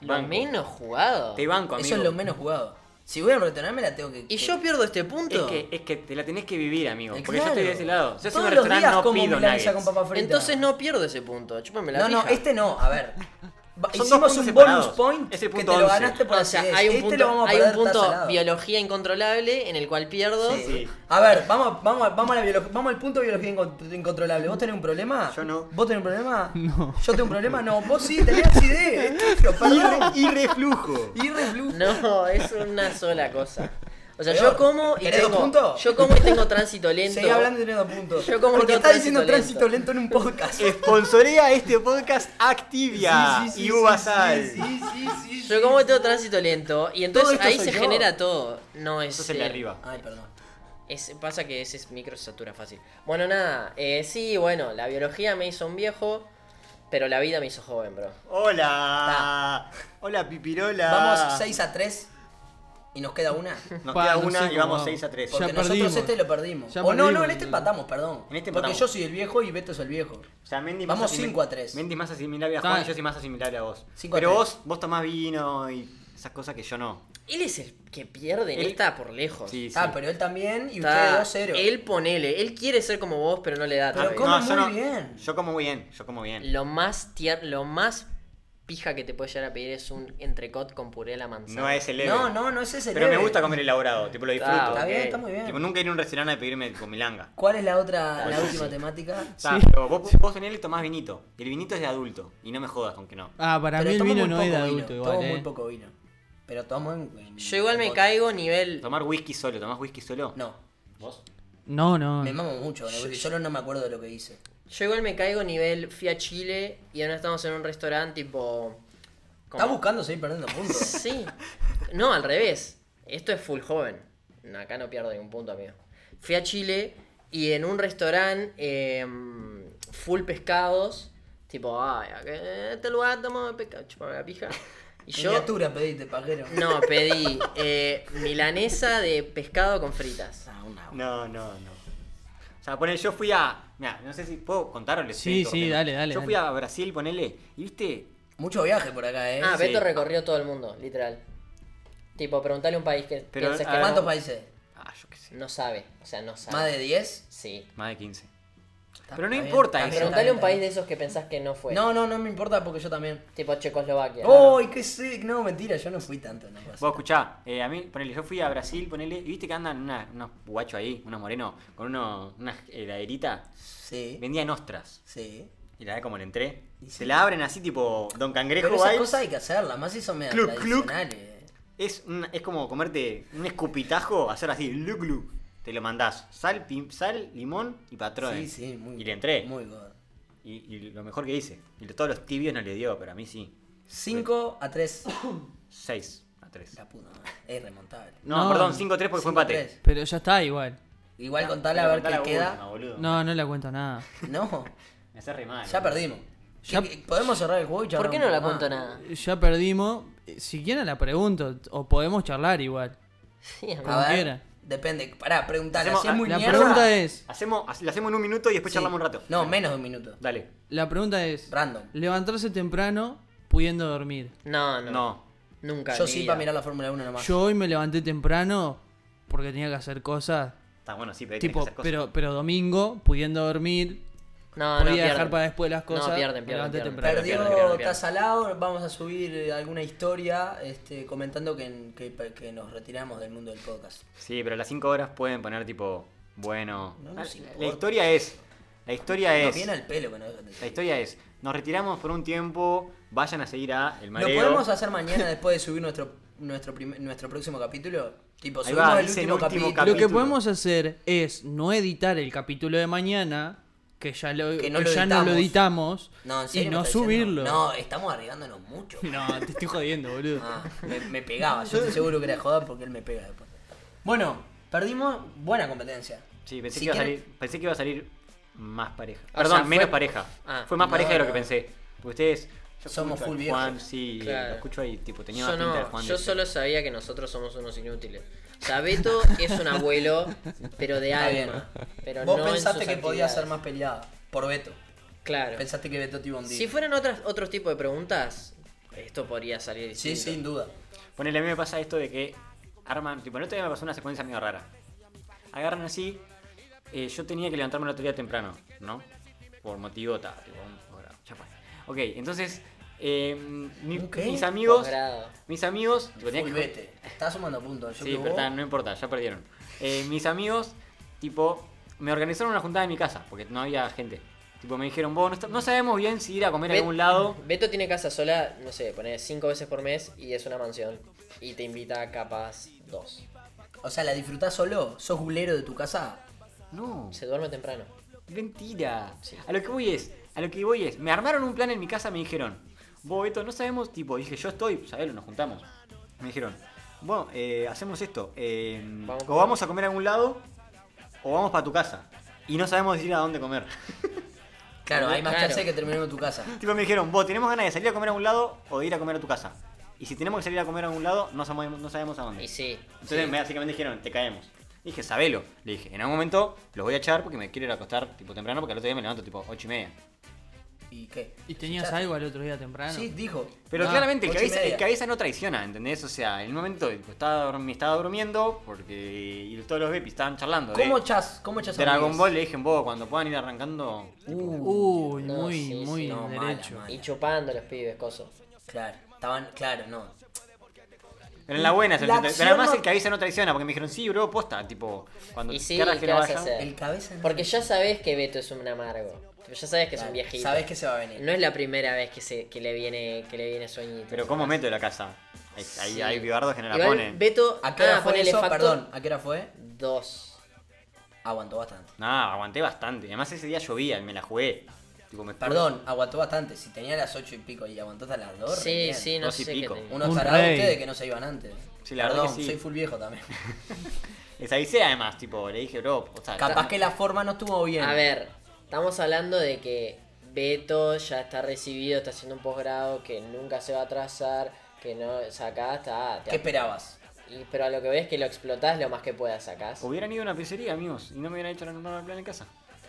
Speaker 6: Lo
Speaker 5: banco.
Speaker 6: menos jugado.
Speaker 5: Te banco, amigo.
Speaker 3: Ah, Eso es lo menos jugado. Si voy a un restaurante me la tengo que...
Speaker 6: Y yo pierdo este punto.
Speaker 5: Es que, es que te la tenés que vivir, amigo.
Speaker 3: Eh,
Speaker 5: Porque yo
Speaker 3: claro.
Speaker 5: estoy de ese lado. Yo soy un
Speaker 3: Todos los
Speaker 5: restaurante
Speaker 3: días
Speaker 5: no
Speaker 3: como
Speaker 5: pido
Speaker 3: milanesa
Speaker 5: nuggets.
Speaker 3: con papa frita.
Speaker 6: Entonces no pierdo ese punto. Chúpame la
Speaker 3: No, no,
Speaker 6: pija.
Speaker 3: este no. A
Speaker 6: [LAUGHS]
Speaker 3: ver. Va-
Speaker 5: Son dos
Speaker 3: Hicimos
Speaker 5: puntos
Speaker 3: un
Speaker 5: separados.
Speaker 3: bonus point
Speaker 5: Es el punto
Speaker 3: que te lo
Speaker 5: 11.
Speaker 3: ganaste por
Speaker 6: O sea,
Speaker 3: acidez.
Speaker 6: hay un
Speaker 3: Este
Speaker 6: punto,
Speaker 3: lo vamos a
Speaker 6: hay un
Speaker 3: perder, está
Speaker 6: punto
Speaker 3: salado.
Speaker 6: biología incontrolable en el cual pierdo.
Speaker 3: Sí.
Speaker 5: Sí.
Speaker 3: A ver, vamos, vamos, vamos, a la biolo- vamos al punto de biología incont- incontrolable. ¿Vos tenés un problema?
Speaker 5: Yo no.
Speaker 3: ¿Vos tenés un problema? No. ¿Yo tengo un problema? No. Vos sí, tenés acidez.
Speaker 6: [LAUGHS]
Speaker 3: Pero, perdón.
Speaker 5: Y reflujo. [LAUGHS]
Speaker 3: Y reflujo.
Speaker 6: No, es una sola cosa. O sea,
Speaker 3: Peor.
Speaker 6: yo como y
Speaker 3: ¿Querés dos
Speaker 6: tengo
Speaker 3: puntos?
Speaker 6: yo como y tengo tránsito lento.
Speaker 3: Seguí hablando y tenés dos puntos.
Speaker 6: Yo como
Speaker 3: Porque
Speaker 6: tengo
Speaker 3: está diciendo
Speaker 6: tránsito
Speaker 3: tránsito lento en un podcast.
Speaker 5: Sponsorea este podcast Activia
Speaker 3: Sí, sí, sí,
Speaker 5: y Uva
Speaker 3: sí,
Speaker 5: Sal.
Speaker 3: Sí, sí, sí, sí.
Speaker 6: Yo como y tengo tránsito lento y entonces
Speaker 3: esto
Speaker 6: ahí
Speaker 3: soy
Speaker 6: se
Speaker 3: yo.
Speaker 6: genera todo. No es
Speaker 5: Eso es el de
Speaker 6: eh,
Speaker 5: arriba.
Speaker 3: Ay, perdón.
Speaker 6: es- pasa que ese es micro se satura fácil. Bueno, nada, eh, sí, bueno, la biología me hizo un viejo, pero la vida me hizo joven, bro.
Speaker 5: Hola. Hola, Pipirola.
Speaker 3: Vamos 6 a 3 y nos queda una.
Speaker 5: Nos
Speaker 4: Pa,
Speaker 5: queda
Speaker 4: no
Speaker 5: una
Speaker 4: sé
Speaker 5: y
Speaker 4: cómo
Speaker 5: vamos
Speaker 4: vamos.
Speaker 5: 6 a 3.
Speaker 3: Porque
Speaker 4: Ya
Speaker 3: nosotros
Speaker 4: perdimos.
Speaker 3: este lo perdimos.
Speaker 4: Ya
Speaker 3: o no, no,
Speaker 4: perdimos,
Speaker 3: en este
Speaker 4: boludo.
Speaker 3: empatamos, perdón.
Speaker 5: En este
Speaker 3: Porque
Speaker 5: empatamos.
Speaker 3: yo soy el viejo y Beto es el viejo.
Speaker 5: O sea, Mendy
Speaker 3: Vamos
Speaker 5: más asimil-
Speaker 3: cinco a tres.
Speaker 5: Mendy es más asimilable a
Speaker 4: Está-
Speaker 5: Juan y yo soy más asimilable a vos.
Speaker 3: Cinco a
Speaker 5: Pero
Speaker 3: tres.
Speaker 5: vos, vos tomás vino y esas cosas que yo no.
Speaker 6: Él es el que pierde, él
Speaker 5: Él-
Speaker 6: está por lejos.
Speaker 5: Sí, sí.
Speaker 3: Ah, pero él también y
Speaker 6: Está-
Speaker 3: ustedes 2-0.
Speaker 6: Él ponele, él quiere ser como vos, pero no le da.
Speaker 3: Pero
Speaker 6: tal vez.
Speaker 3: come muy bien.
Speaker 5: Ah, Yo como muy bien, yo como bien.
Speaker 6: Lo más tier- lo más pija que te puede llegar a pedir es un entrecot con puré a la manzana.
Speaker 5: No es el leve.
Speaker 3: No, no, no es ese.
Speaker 5: Pero me
Speaker 3: leve.
Speaker 5: gusta comer elaborado, tipo lo disfruto.
Speaker 6: Está
Speaker 3: Está bien,
Speaker 6: Ok.
Speaker 3: está muy
Speaker 5: Tipo,
Speaker 3: bien.
Speaker 5: nunca ir a un restaurante a pedirme con milanga.
Speaker 3: ¿Cuál es la otra, la
Speaker 5: sí,
Speaker 3: última temática?
Speaker 5: Está, pero vos, vos venís y tomás vinito. Y el vinito es de adulto. Y no me jodas con que no.
Speaker 4: Ah, para
Speaker 3: Pero
Speaker 4: mí el
Speaker 3: tomo
Speaker 4: vino
Speaker 3: muy
Speaker 4: no es de
Speaker 3: poco
Speaker 4: adulto
Speaker 3: vino,
Speaker 4: igual,
Speaker 3: Tomo
Speaker 4: eh.
Speaker 3: muy poco vino. Pero tomo en. en-
Speaker 6: Yo igual me
Speaker 3: en-
Speaker 6: caigo nivel.
Speaker 5: Tomar whisky solo, tomás whisky solo.
Speaker 3: No,
Speaker 5: ¿Vos?
Speaker 4: No, no.
Speaker 3: me mamo mucho. con el whisky, Yo no me acuerdo de lo que hice.
Speaker 6: Yo igual me caigo nivel fui a Chile y ahora estamos en un restaurante tipo. como-
Speaker 3: Está buscando seguir perdiendo
Speaker 5: [LAUGHS]
Speaker 3: puntos.
Speaker 6: Sí. No, al revés. Esto es full joven. No, acá no pierdo ningún punto, amigo. Fui a Chile y en un restaurante em, full pescados. Tipo, ay, acá, en este lugar tomamos pescado, chupame la pija.
Speaker 3: [LAUGHS]
Speaker 6: Y yo
Speaker 3: Miniatura pediste, pajero.
Speaker 6: no pedí eh, milanesa de pescado con fritas.
Speaker 3: Ah, una-
Speaker 5: No, no, no. O sea, ponele, yo fui a. Mira, no sé si puedo contar o les
Speaker 4: Sí,
Speaker 5: cuento,
Speaker 4: sí,
Speaker 5: porque no.
Speaker 4: dale, dale,
Speaker 5: Yo
Speaker 4: dale.
Speaker 5: fui a Brasil, ponele, y viste.
Speaker 3: Mucho viaje por acá, ¿eh?
Speaker 6: Ah,
Speaker 5: sí.
Speaker 6: Beto recorrió todo el mundo, literal. Tipo, preguntale a un país que
Speaker 5: Pero,
Speaker 6: pienses
Speaker 5: a
Speaker 6: que
Speaker 5: ver,
Speaker 6: no-
Speaker 3: ¿Cuántos países?
Speaker 5: Ah, yo qué sé.
Speaker 6: no sabe, o sea, no sabe.
Speaker 3: ¿Más de 10?
Speaker 6: Sí.
Speaker 5: Más de 15.
Speaker 3: Está-
Speaker 5: Pero no
Speaker 3: está bien,
Speaker 5: importa
Speaker 3: está
Speaker 5: eso.
Speaker 3: bien, está
Speaker 6: Preguntale a
Speaker 3: bien,
Speaker 6: un
Speaker 3: está
Speaker 6: país de
Speaker 3: bien.
Speaker 6: esos que pensás que no fue.
Speaker 3: No, no, no me importa porque yo también.
Speaker 6: Tipo Checoslovaquia.
Speaker 3: ¡Uy, qué sick! No, mentira, yo no fui tanto. No,
Speaker 5: Vos escuchá, eh, a mí, ponele, yo fui a Brasil, ponele, y viste que andan una- unos guachos ahí, unos morenos, con uno, una heladerita.
Speaker 3: sí,
Speaker 5: Vendían ostras.
Speaker 3: sí.
Speaker 5: Y la ve como le entré.
Speaker 3: Y
Speaker 5: Se
Speaker 3: sí.
Speaker 5: la abren así, tipo Don Cangrejo
Speaker 3: Pero esas
Speaker 5: vibes.
Speaker 3: cosas hay que hacerlas, más si son medio
Speaker 5: Cluc, cluc.
Speaker 3: tradicionales.
Speaker 5: Es, un- es como comerte un escupitajo, hacer así, glu glu. Te lo mandás. Sal, pi- sal limón y patrón.
Speaker 3: Sí, sí, muy
Speaker 5: Y le entré.
Speaker 3: Muy god.
Speaker 5: Y, y lo mejor que hice. Y todos los tibios no le dio, pero a mí sí.
Speaker 3: 5 a 3.
Speaker 5: 6 a 3.
Speaker 3: La puta madre, es remontable.
Speaker 5: No,
Speaker 4: No.
Speaker 5: perdón, 5 a 3 porque fue
Speaker 3: Cinco a
Speaker 5: empate.
Speaker 3: tres.
Speaker 4: Pero ya está igual.
Speaker 3: Igual
Speaker 5: Ah,
Speaker 3: contale a
Speaker 5: pero
Speaker 3: ver
Speaker 5: contá
Speaker 3: qué
Speaker 5: la última,
Speaker 3: queda.
Speaker 5: boludo.
Speaker 4: No, no le cuento nada.
Speaker 3: No,
Speaker 5: Me hace re mal.
Speaker 3: ya
Speaker 5: boludo.
Speaker 3: perdimos.
Speaker 4: Ya-
Speaker 3: ¿Qué- qué- ¿Podemos cerrar el juego y
Speaker 6: ¿Por
Speaker 3: charlar
Speaker 6: qué
Speaker 3: un
Speaker 6: no
Speaker 3: poco
Speaker 6: la
Speaker 3: más?
Speaker 6: cuento nada? [LAUGHS]
Speaker 4: Ya perdimos. Eh, Si quieren la pregunto, o podemos charlar igual.
Speaker 6: Sí, amigo.
Speaker 4: Como
Speaker 3: A ver,
Speaker 4: quiera.
Speaker 3: depende. Pará, preguntale.
Speaker 5: Hacemos-
Speaker 3: si es muy
Speaker 4: la
Speaker 3: mierda-
Speaker 4: pregunta es-
Speaker 5: Hacemos, hace- la hacemos en un minuto y después
Speaker 3: Sí.
Speaker 5: charlamos un rato.
Speaker 3: No, menos de un minuto.
Speaker 5: Dale.
Speaker 4: La pregunta es:
Speaker 3: Random.
Speaker 4: ¿levantarse temprano pudiendo dormir?
Speaker 6: No, no,
Speaker 5: No.
Speaker 6: Nunca.
Speaker 3: Yo
Speaker 6: en mi
Speaker 3: sí
Speaker 6: vida.
Speaker 3: para mirar la Fórmula 1 nomás.
Speaker 4: Yo hoy me levanté temprano porque tenía que hacer cosas.
Speaker 5: Está bueno, sí, pero hay que
Speaker 4: Tipo,
Speaker 5: hacer cosas.
Speaker 4: pero, pero domingo, pudiendo dormir,
Speaker 6: No, no,
Speaker 4: podía
Speaker 6: pierden.
Speaker 4: dejar para después las
Speaker 6: No,
Speaker 4: cosas.
Speaker 6: pierden,
Speaker 4: me
Speaker 6: pierden,
Speaker 4: levanté
Speaker 6: pierden.
Speaker 4: temprano.
Speaker 3: Perdió
Speaker 5: Pierdo, pierdo, pierdo.
Speaker 3: Tasalao, vamos a subir eh, alguna historia este, comentando que, que- que nos retiramos del mundo del podcast.
Speaker 5: Sí, pero las 5 horas pueden poner tipo. Bueno.
Speaker 3: No nos importa.
Speaker 5: la historia es. La historia
Speaker 3: Nos
Speaker 5: es.
Speaker 3: viene al pelo que nos dejan de
Speaker 5: La
Speaker 3: decir.
Speaker 5: historia es. Nos retiramos por un tiempo. Vayan a seguir a El
Speaker 3: ¿Lo
Speaker 5: Mareo.
Speaker 3: podemos hacer mañana después de subir nuestro nuestro prim- nuestro próximo capítulo? Tipo,
Speaker 5: Ahí
Speaker 3: subimos
Speaker 5: va,
Speaker 3: el
Speaker 5: dice
Speaker 3: último,
Speaker 5: el último
Speaker 3: capítulo.
Speaker 4: Lo que
Speaker 5: capítulo.
Speaker 4: podemos hacer es no editar el capítulo de mañana, que ya, lo,
Speaker 3: Que no
Speaker 4: que
Speaker 3: lo
Speaker 4: ya no lo editamos,
Speaker 3: No, en
Speaker 4: y
Speaker 3: serio me
Speaker 4: no
Speaker 3: está diciendo?
Speaker 4: subirlo.
Speaker 3: No, estamos arriesgándonos mucho.
Speaker 4: [LAUGHS] No, te estoy jodiendo, boludo.
Speaker 3: Ah, me, me pegaba, yo estoy seguro que era joda porque él me pega después. Bueno, perdimos buena competencia.
Speaker 5: Sí, pensé,
Speaker 3: Si
Speaker 5: que iba a
Speaker 3: quieren-
Speaker 5: salir, pensé que iba a salir más pareja.
Speaker 6: O
Speaker 5: Perdón,
Speaker 6: sea, fue-
Speaker 5: menos pareja.
Speaker 6: Ah.
Speaker 5: fue más
Speaker 3: No,
Speaker 5: pareja de lo que
Speaker 3: no.
Speaker 5: pensé. Porque ustedes. yo
Speaker 3: Somos
Speaker 5: escucho al
Speaker 3: full viejos.
Speaker 5: Juan, sí,
Speaker 6: Claro.
Speaker 5: lo escucho ahí, tipo, tenía
Speaker 6: Yo
Speaker 5: pinta de
Speaker 6: no,
Speaker 5: Juan.
Speaker 6: yo
Speaker 5: de-
Speaker 6: solo sabía que nosotros somos unos inútiles. O sea,
Speaker 3: [LAUGHS]
Speaker 6: Beto es un abuelo, pero de
Speaker 3: Está bien.
Speaker 6: alma. Pero
Speaker 3: Vos
Speaker 6: no en
Speaker 3: pensaste
Speaker 6: sus
Speaker 3: que podía ser
Speaker 6: actividades.
Speaker 3: más peleada por Beto.
Speaker 6: Claro.
Speaker 3: Pensaste que Beto te iba a hundir.
Speaker 6: Si fueran otras, otros tipos de preguntas, esto podría salir
Speaker 3: Sí,
Speaker 6: distinto.
Speaker 3: sin duda.
Speaker 5: Ponele, a mí me pasa esto de que arman, tipo, el otro día me pasó una secuencia medio rara. Agarran así, eh, yo tenía que levantarme el otro día temprano, ¿no? Por motivo, ta, tipo, un posgrado, ya fue. Ok, entonces, eh, mi-
Speaker 3: ¿Un qué?
Speaker 5: mis amigos,
Speaker 6: Posgrado.
Speaker 5: mis amigos, tipo, tenía
Speaker 3: Full
Speaker 5: que-
Speaker 3: Vete. Está sumando puntos. Yo
Speaker 5: Sí,
Speaker 3: que
Speaker 5: pero
Speaker 3: vos-
Speaker 5: está, no importa, ya perdieron. Eh, mis amigos, tipo, me organizaron una juntada en mi casa, porque no había gente. Tipo, me dijeron, vos, no, está- no sabemos bien si ir a comer a
Speaker 6: Bet-
Speaker 5: algún lado.
Speaker 6: [CLEARS THROAT] Beto tiene casa sola, no sé, pone cinco veces por mes y es una mansión. Y te invita capaz dos.
Speaker 3: O sea, la disfrutás solo. Sos gulero de tu casa.
Speaker 5: No.
Speaker 6: Se duerme temprano.
Speaker 5: Mentira. A lo que voy es, a lo que voy es, me armaron un plan en mi casa, me dijeron, vos Beto, no sabemos, tipo, dije, yo estoy, sabelo, nos juntamos. Me dijeron, bueno, eh, hacemos esto, eh,
Speaker 6: Vamos
Speaker 5: o vamos a comer a algún lado, o vamos para tu casa. Y no sabemos decir a dónde comer. [LAUGHS]
Speaker 3: Claro, hay más
Speaker 6: Ah, Claro.
Speaker 3: chance de que terminemos en tu casa.
Speaker 5: tipo, me dijeron, vos, tenemos ganas de salir a comer a algún lado o de ir a comer a tu casa. Y si tenemos que salir a comer a algún lado, no sabemos, no sabemos a dónde.
Speaker 6: Y sí.
Speaker 5: Entonces, me básicamente dijeron, te caemos. Dije, sabelo. Le dije, en algún momento los voy a echar porque me quiero ir a acostar tipo temprano porque al otro día me levanto tipo 8 y media.
Speaker 3: ¿Y qué?
Speaker 4: ¿Y tenías
Speaker 3: Ya-
Speaker 4: algo al otro día temprano?
Speaker 3: Sí, dijo.
Speaker 5: Pero
Speaker 4: Ah,
Speaker 5: claramente el
Speaker 3: ocho y
Speaker 5: cabeza,
Speaker 3: media.
Speaker 5: el cabeza no traiciona, ¿entendés? O sea, en el momento tipo, estaba, dorm- me estaba durmiendo porque y todos los bepis estaban charlando. de
Speaker 3: ¿Cómo echás? ¿Cómo echás
Speaker 5: Dragon
Speaker 3: hormigas?
Speaker 5: Ball le dije, vos, cuando puedan ir arrancando.
Speaker 4: Uy,
Speaker 6: No,
Speaker 4: muy,
Speaker 6: sí, sí,
Speaker 4: muy
Speaker 3: no, mala,
Speaker 4: derecho.
Speaker 3: mala.
Speaker 6: Y chupando los pibes, coso.
Speaker 3: Claro, estaban, claro, no.
Speaker 5: Pero en la buena, se
Speaker 3: La
Speaker 5: lo- pero
Speaker 3: acción
Speaker 5: además
Speaker 3: no-
Speaker 5: el cabeza no traiciona porque me dijeron, sí, bro, posta. Tipo, cuando
Speaker 6: Y sí,
Speaker 5: te
Speaker 6: ¿qué
Speaker 5: refieres
Speaker 6: vas a hacer?
Speaker 3: El cabeza no.
Speaker 6: Porque ya sabes que Beto es un amargo. Ya sabes que es un viejito.
Speaker 3: Sabés que se va a venir.
Speaker 6: No es la primera vez que, se, que le viene que le viene sueñito.
Speaker 5: Pero ¿cómo meto de la casa? Hay, hay, hay bibardos que no la
Speaker 6: Igual
Speaker 5: ponen.
Speaker 6: Beto,
Speaker 3: ¿A qué hora
Speaker 6: ah,
Speaker 3: fue
Speaker 6: ponele
Speaker 3: eso?
Speaker 6: factor
Speaker 3: Perdón, ¿a qué hora fue?
Speaker 6: Dos.
Speaker 3: Aguantó bastante.
Speaker 5: No, aguanté bastante. Además ese día llovía y me la jugué. Tipo, me-
Speaker 3: Perdón, aguantó bastante. Si tenía las 8 y pico y aguantó hasta las 2.
Speaker 6: Sí, sí, no
Speaker 5: dos y
Speaker 6: sé qué
Speaker 5: pico.
Speaker 6: tenía.
Speaker 3: Unos
Speaker 4: Un
Speaker 3: tarados
Speaker 4: rey.
Speaker 3: ustedes que no se iban antes.
Speaker 5: Sí, la verdad
Speaker 3: Perdón,
Speaker 5: que sí.
Speaker 3: soy full viejo también.
Speaker 5: [LAUGHS] Les avisé además, tipo, le dije, bro, o sea,
Speaker 3: Capaz que la forma no estuvo bien.
Speaker 6: A ver, estamos hablando de que Beto ya está recibido, está haciendo un posgrado que nunca se va a atrasar, Que no, sacás, está.
Speaker 3: ¿Qué
Speaker 6: te ap-
Speaker 3: esperabas?
Speaker 6: y- pero a lo que ves que lo explotás lo más que puedas sacás.
Speaker 5: Hubieran ido a una pizzería, amigos, y no me hubieran hecho la normal plan en casa.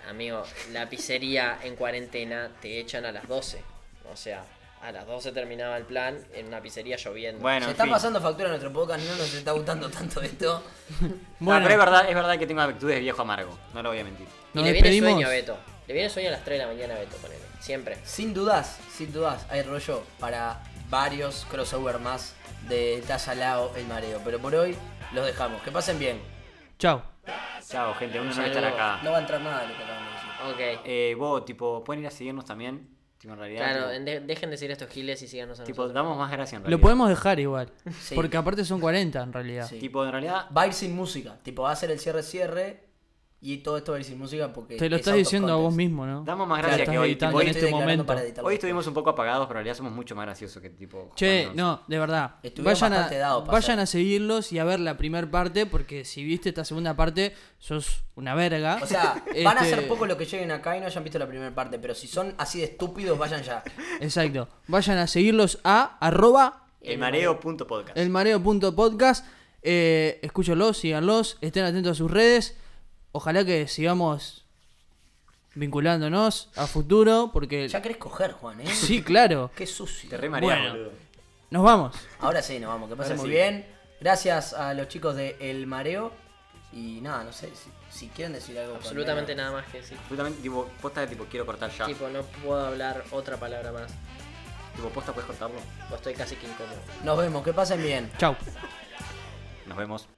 Speaker 6: Amigo, la pizzería en cuarentena te echan a las 12. O sea, a las 12 terminaba el plan en una pizzería lloviendo.
Speaker 5: Bueno,
Speaker 3: Se
Speaker 5: en
Speaker 3: está
Speaker 5: fin.
Speaker 3: pasando factura a nuestro podcast, no nos está gustando [LAUGHS] tanto esto.
Speaker 5: No,
Speaker 4: Bueno.
Speaker 5: Ah, pero es verdad, es verdad que tengo actitudes de viejo amargo, no lo voy a mentir.
Speaker 6: y
Speaker 4: Nos
Speaker 6: le viene
Speaker 4: despedimos.
Speaker 6: sueño a Beto. Le viene sueño a las 3 de la mañana a Beto, ponele. Siempre.
Speaker 3: Sin dudas, sin dudas, hay rollo para varios crossover más de Tazalao el Mareo. Pero por hoy los dejamos. Que pasen bien.
Speaker 4: Chao.
Speaker 5: Chao, gente, uno no va a
Speaker 6: Saludos.
Speaker 5: estar acá.
Speaker 3: No va a entrar nada de lo que acabamos de decir. Este,
Speaker 6: Ok.
Speaker 5: Eh, vos, tipo, pueden ir a seguirnos también. Tipo, en realidad.
Speaker 6: Claro,
Speaker 3: este.
Speaker 5: tipo,
Speaker 6: de- dejen de seguir a estos giles y síganos a
Speaker 5: tipo,
Speaker 6: nosotros.
Speaker 5: damos más gracia en realidad.
Speaker 4: Lo podemos dejar igual.
Speaker 3: Sí.
Speaker 4: Porque aparte son 40 en realidad.
Speaker 3: Sí.
Speaker 5: Tipo, en realidad.
Speaker 3: Va a ir sin música. Tipo, va a hacer el cierre-cierre y todo esto va a ir sin música porque.
Speaker 4: Te lo
Speaker 3: es
Speaker 4: estás
Speaker 3: out of
Speaker 4: diciendo a vos
Speaker 3: context.
Speaker 4: mismo, ¿no?
Speaker 5: Damos más
Speaker 4: Te lo
Speaker 5: gracia
Speaker 4: estás
Speaker 5: que hoy,
Speaker 4: editando
Speaker 5: tipo, hoy
Speaker 4: en
Speaker 3: estoy
Speaker 4: este
Speaker 3: declarando
Speaker 4: momento.
Speaker 3: para editarlo.
Speaker 5: Hoy estuvimos un poco apagados, pero en realidad somos mucho más graciosos que tipo.
Speaker 4: Che,
Speaker 5: jugándonos.
Speaker 4: no, de verdad.
Speaker 3: Estuvieron
Speaker 4: Vayan, a,
Speaker 3: bastante dados para
Speaker 4: vayan
Speaker 3: hacer.
Speaker 4: a seguirlos y a ver la primera parte, porque si viste esta segunda parte, sos una verga.
Speaker 3: O
Speaker 4: [LAUGHS]
Speaker 3: sea, van a
Speaker 4: Este,
Speaker 3: ser pocos los que lleguen acá y no hayan visto la primera parte, pero si son así de estúpidos, vayan ya.
Speaker 4: Exacto. Vayan a seguirlos a arroba
Speaker 5: El mareo.podcast.
Speaker 4: elmareo.podcast. Eh, escúchenlos, síganlos, estén atentos a sus redes. Ojalá que sigamos vinculándonos a futuro, porque...
Speaker 3: Ya querés coger, Juan, ¿eh?
Speaker 4: Sí, claro.
Speaker 3: Qué sucio.
Speaker 5: Te re mareás,
Speaker 4: Bueno.
Speaker 5: boludo.
Speaker 4: Nos vamos.
Speaker 3: Ahora sí, nos vamos, que pasen
Speaker 5: Ahora
Speaker 3: muy
Speaker 5: sí.
Speaker 3: bien. Gracias a los chicos de El Mareo. Y nada, no sé, si, si quieren decir algo.
Speaker 6: Absolutamente nada más que decir.
Speaker 5: Justamente, tipo, posta que tipo, quiero cortar ya.
Speaker 6: Tipo, no puedo hablar otra palabra más.
Speaker 5: Tipo, posta, puedes cortarlo.
Speaker 6: O estoy casi que incómodo.
Speaker 3: nada. Nos vemos, que pasen bien.
Speaker 4: Chau.
Speaker 5: Nos vemos.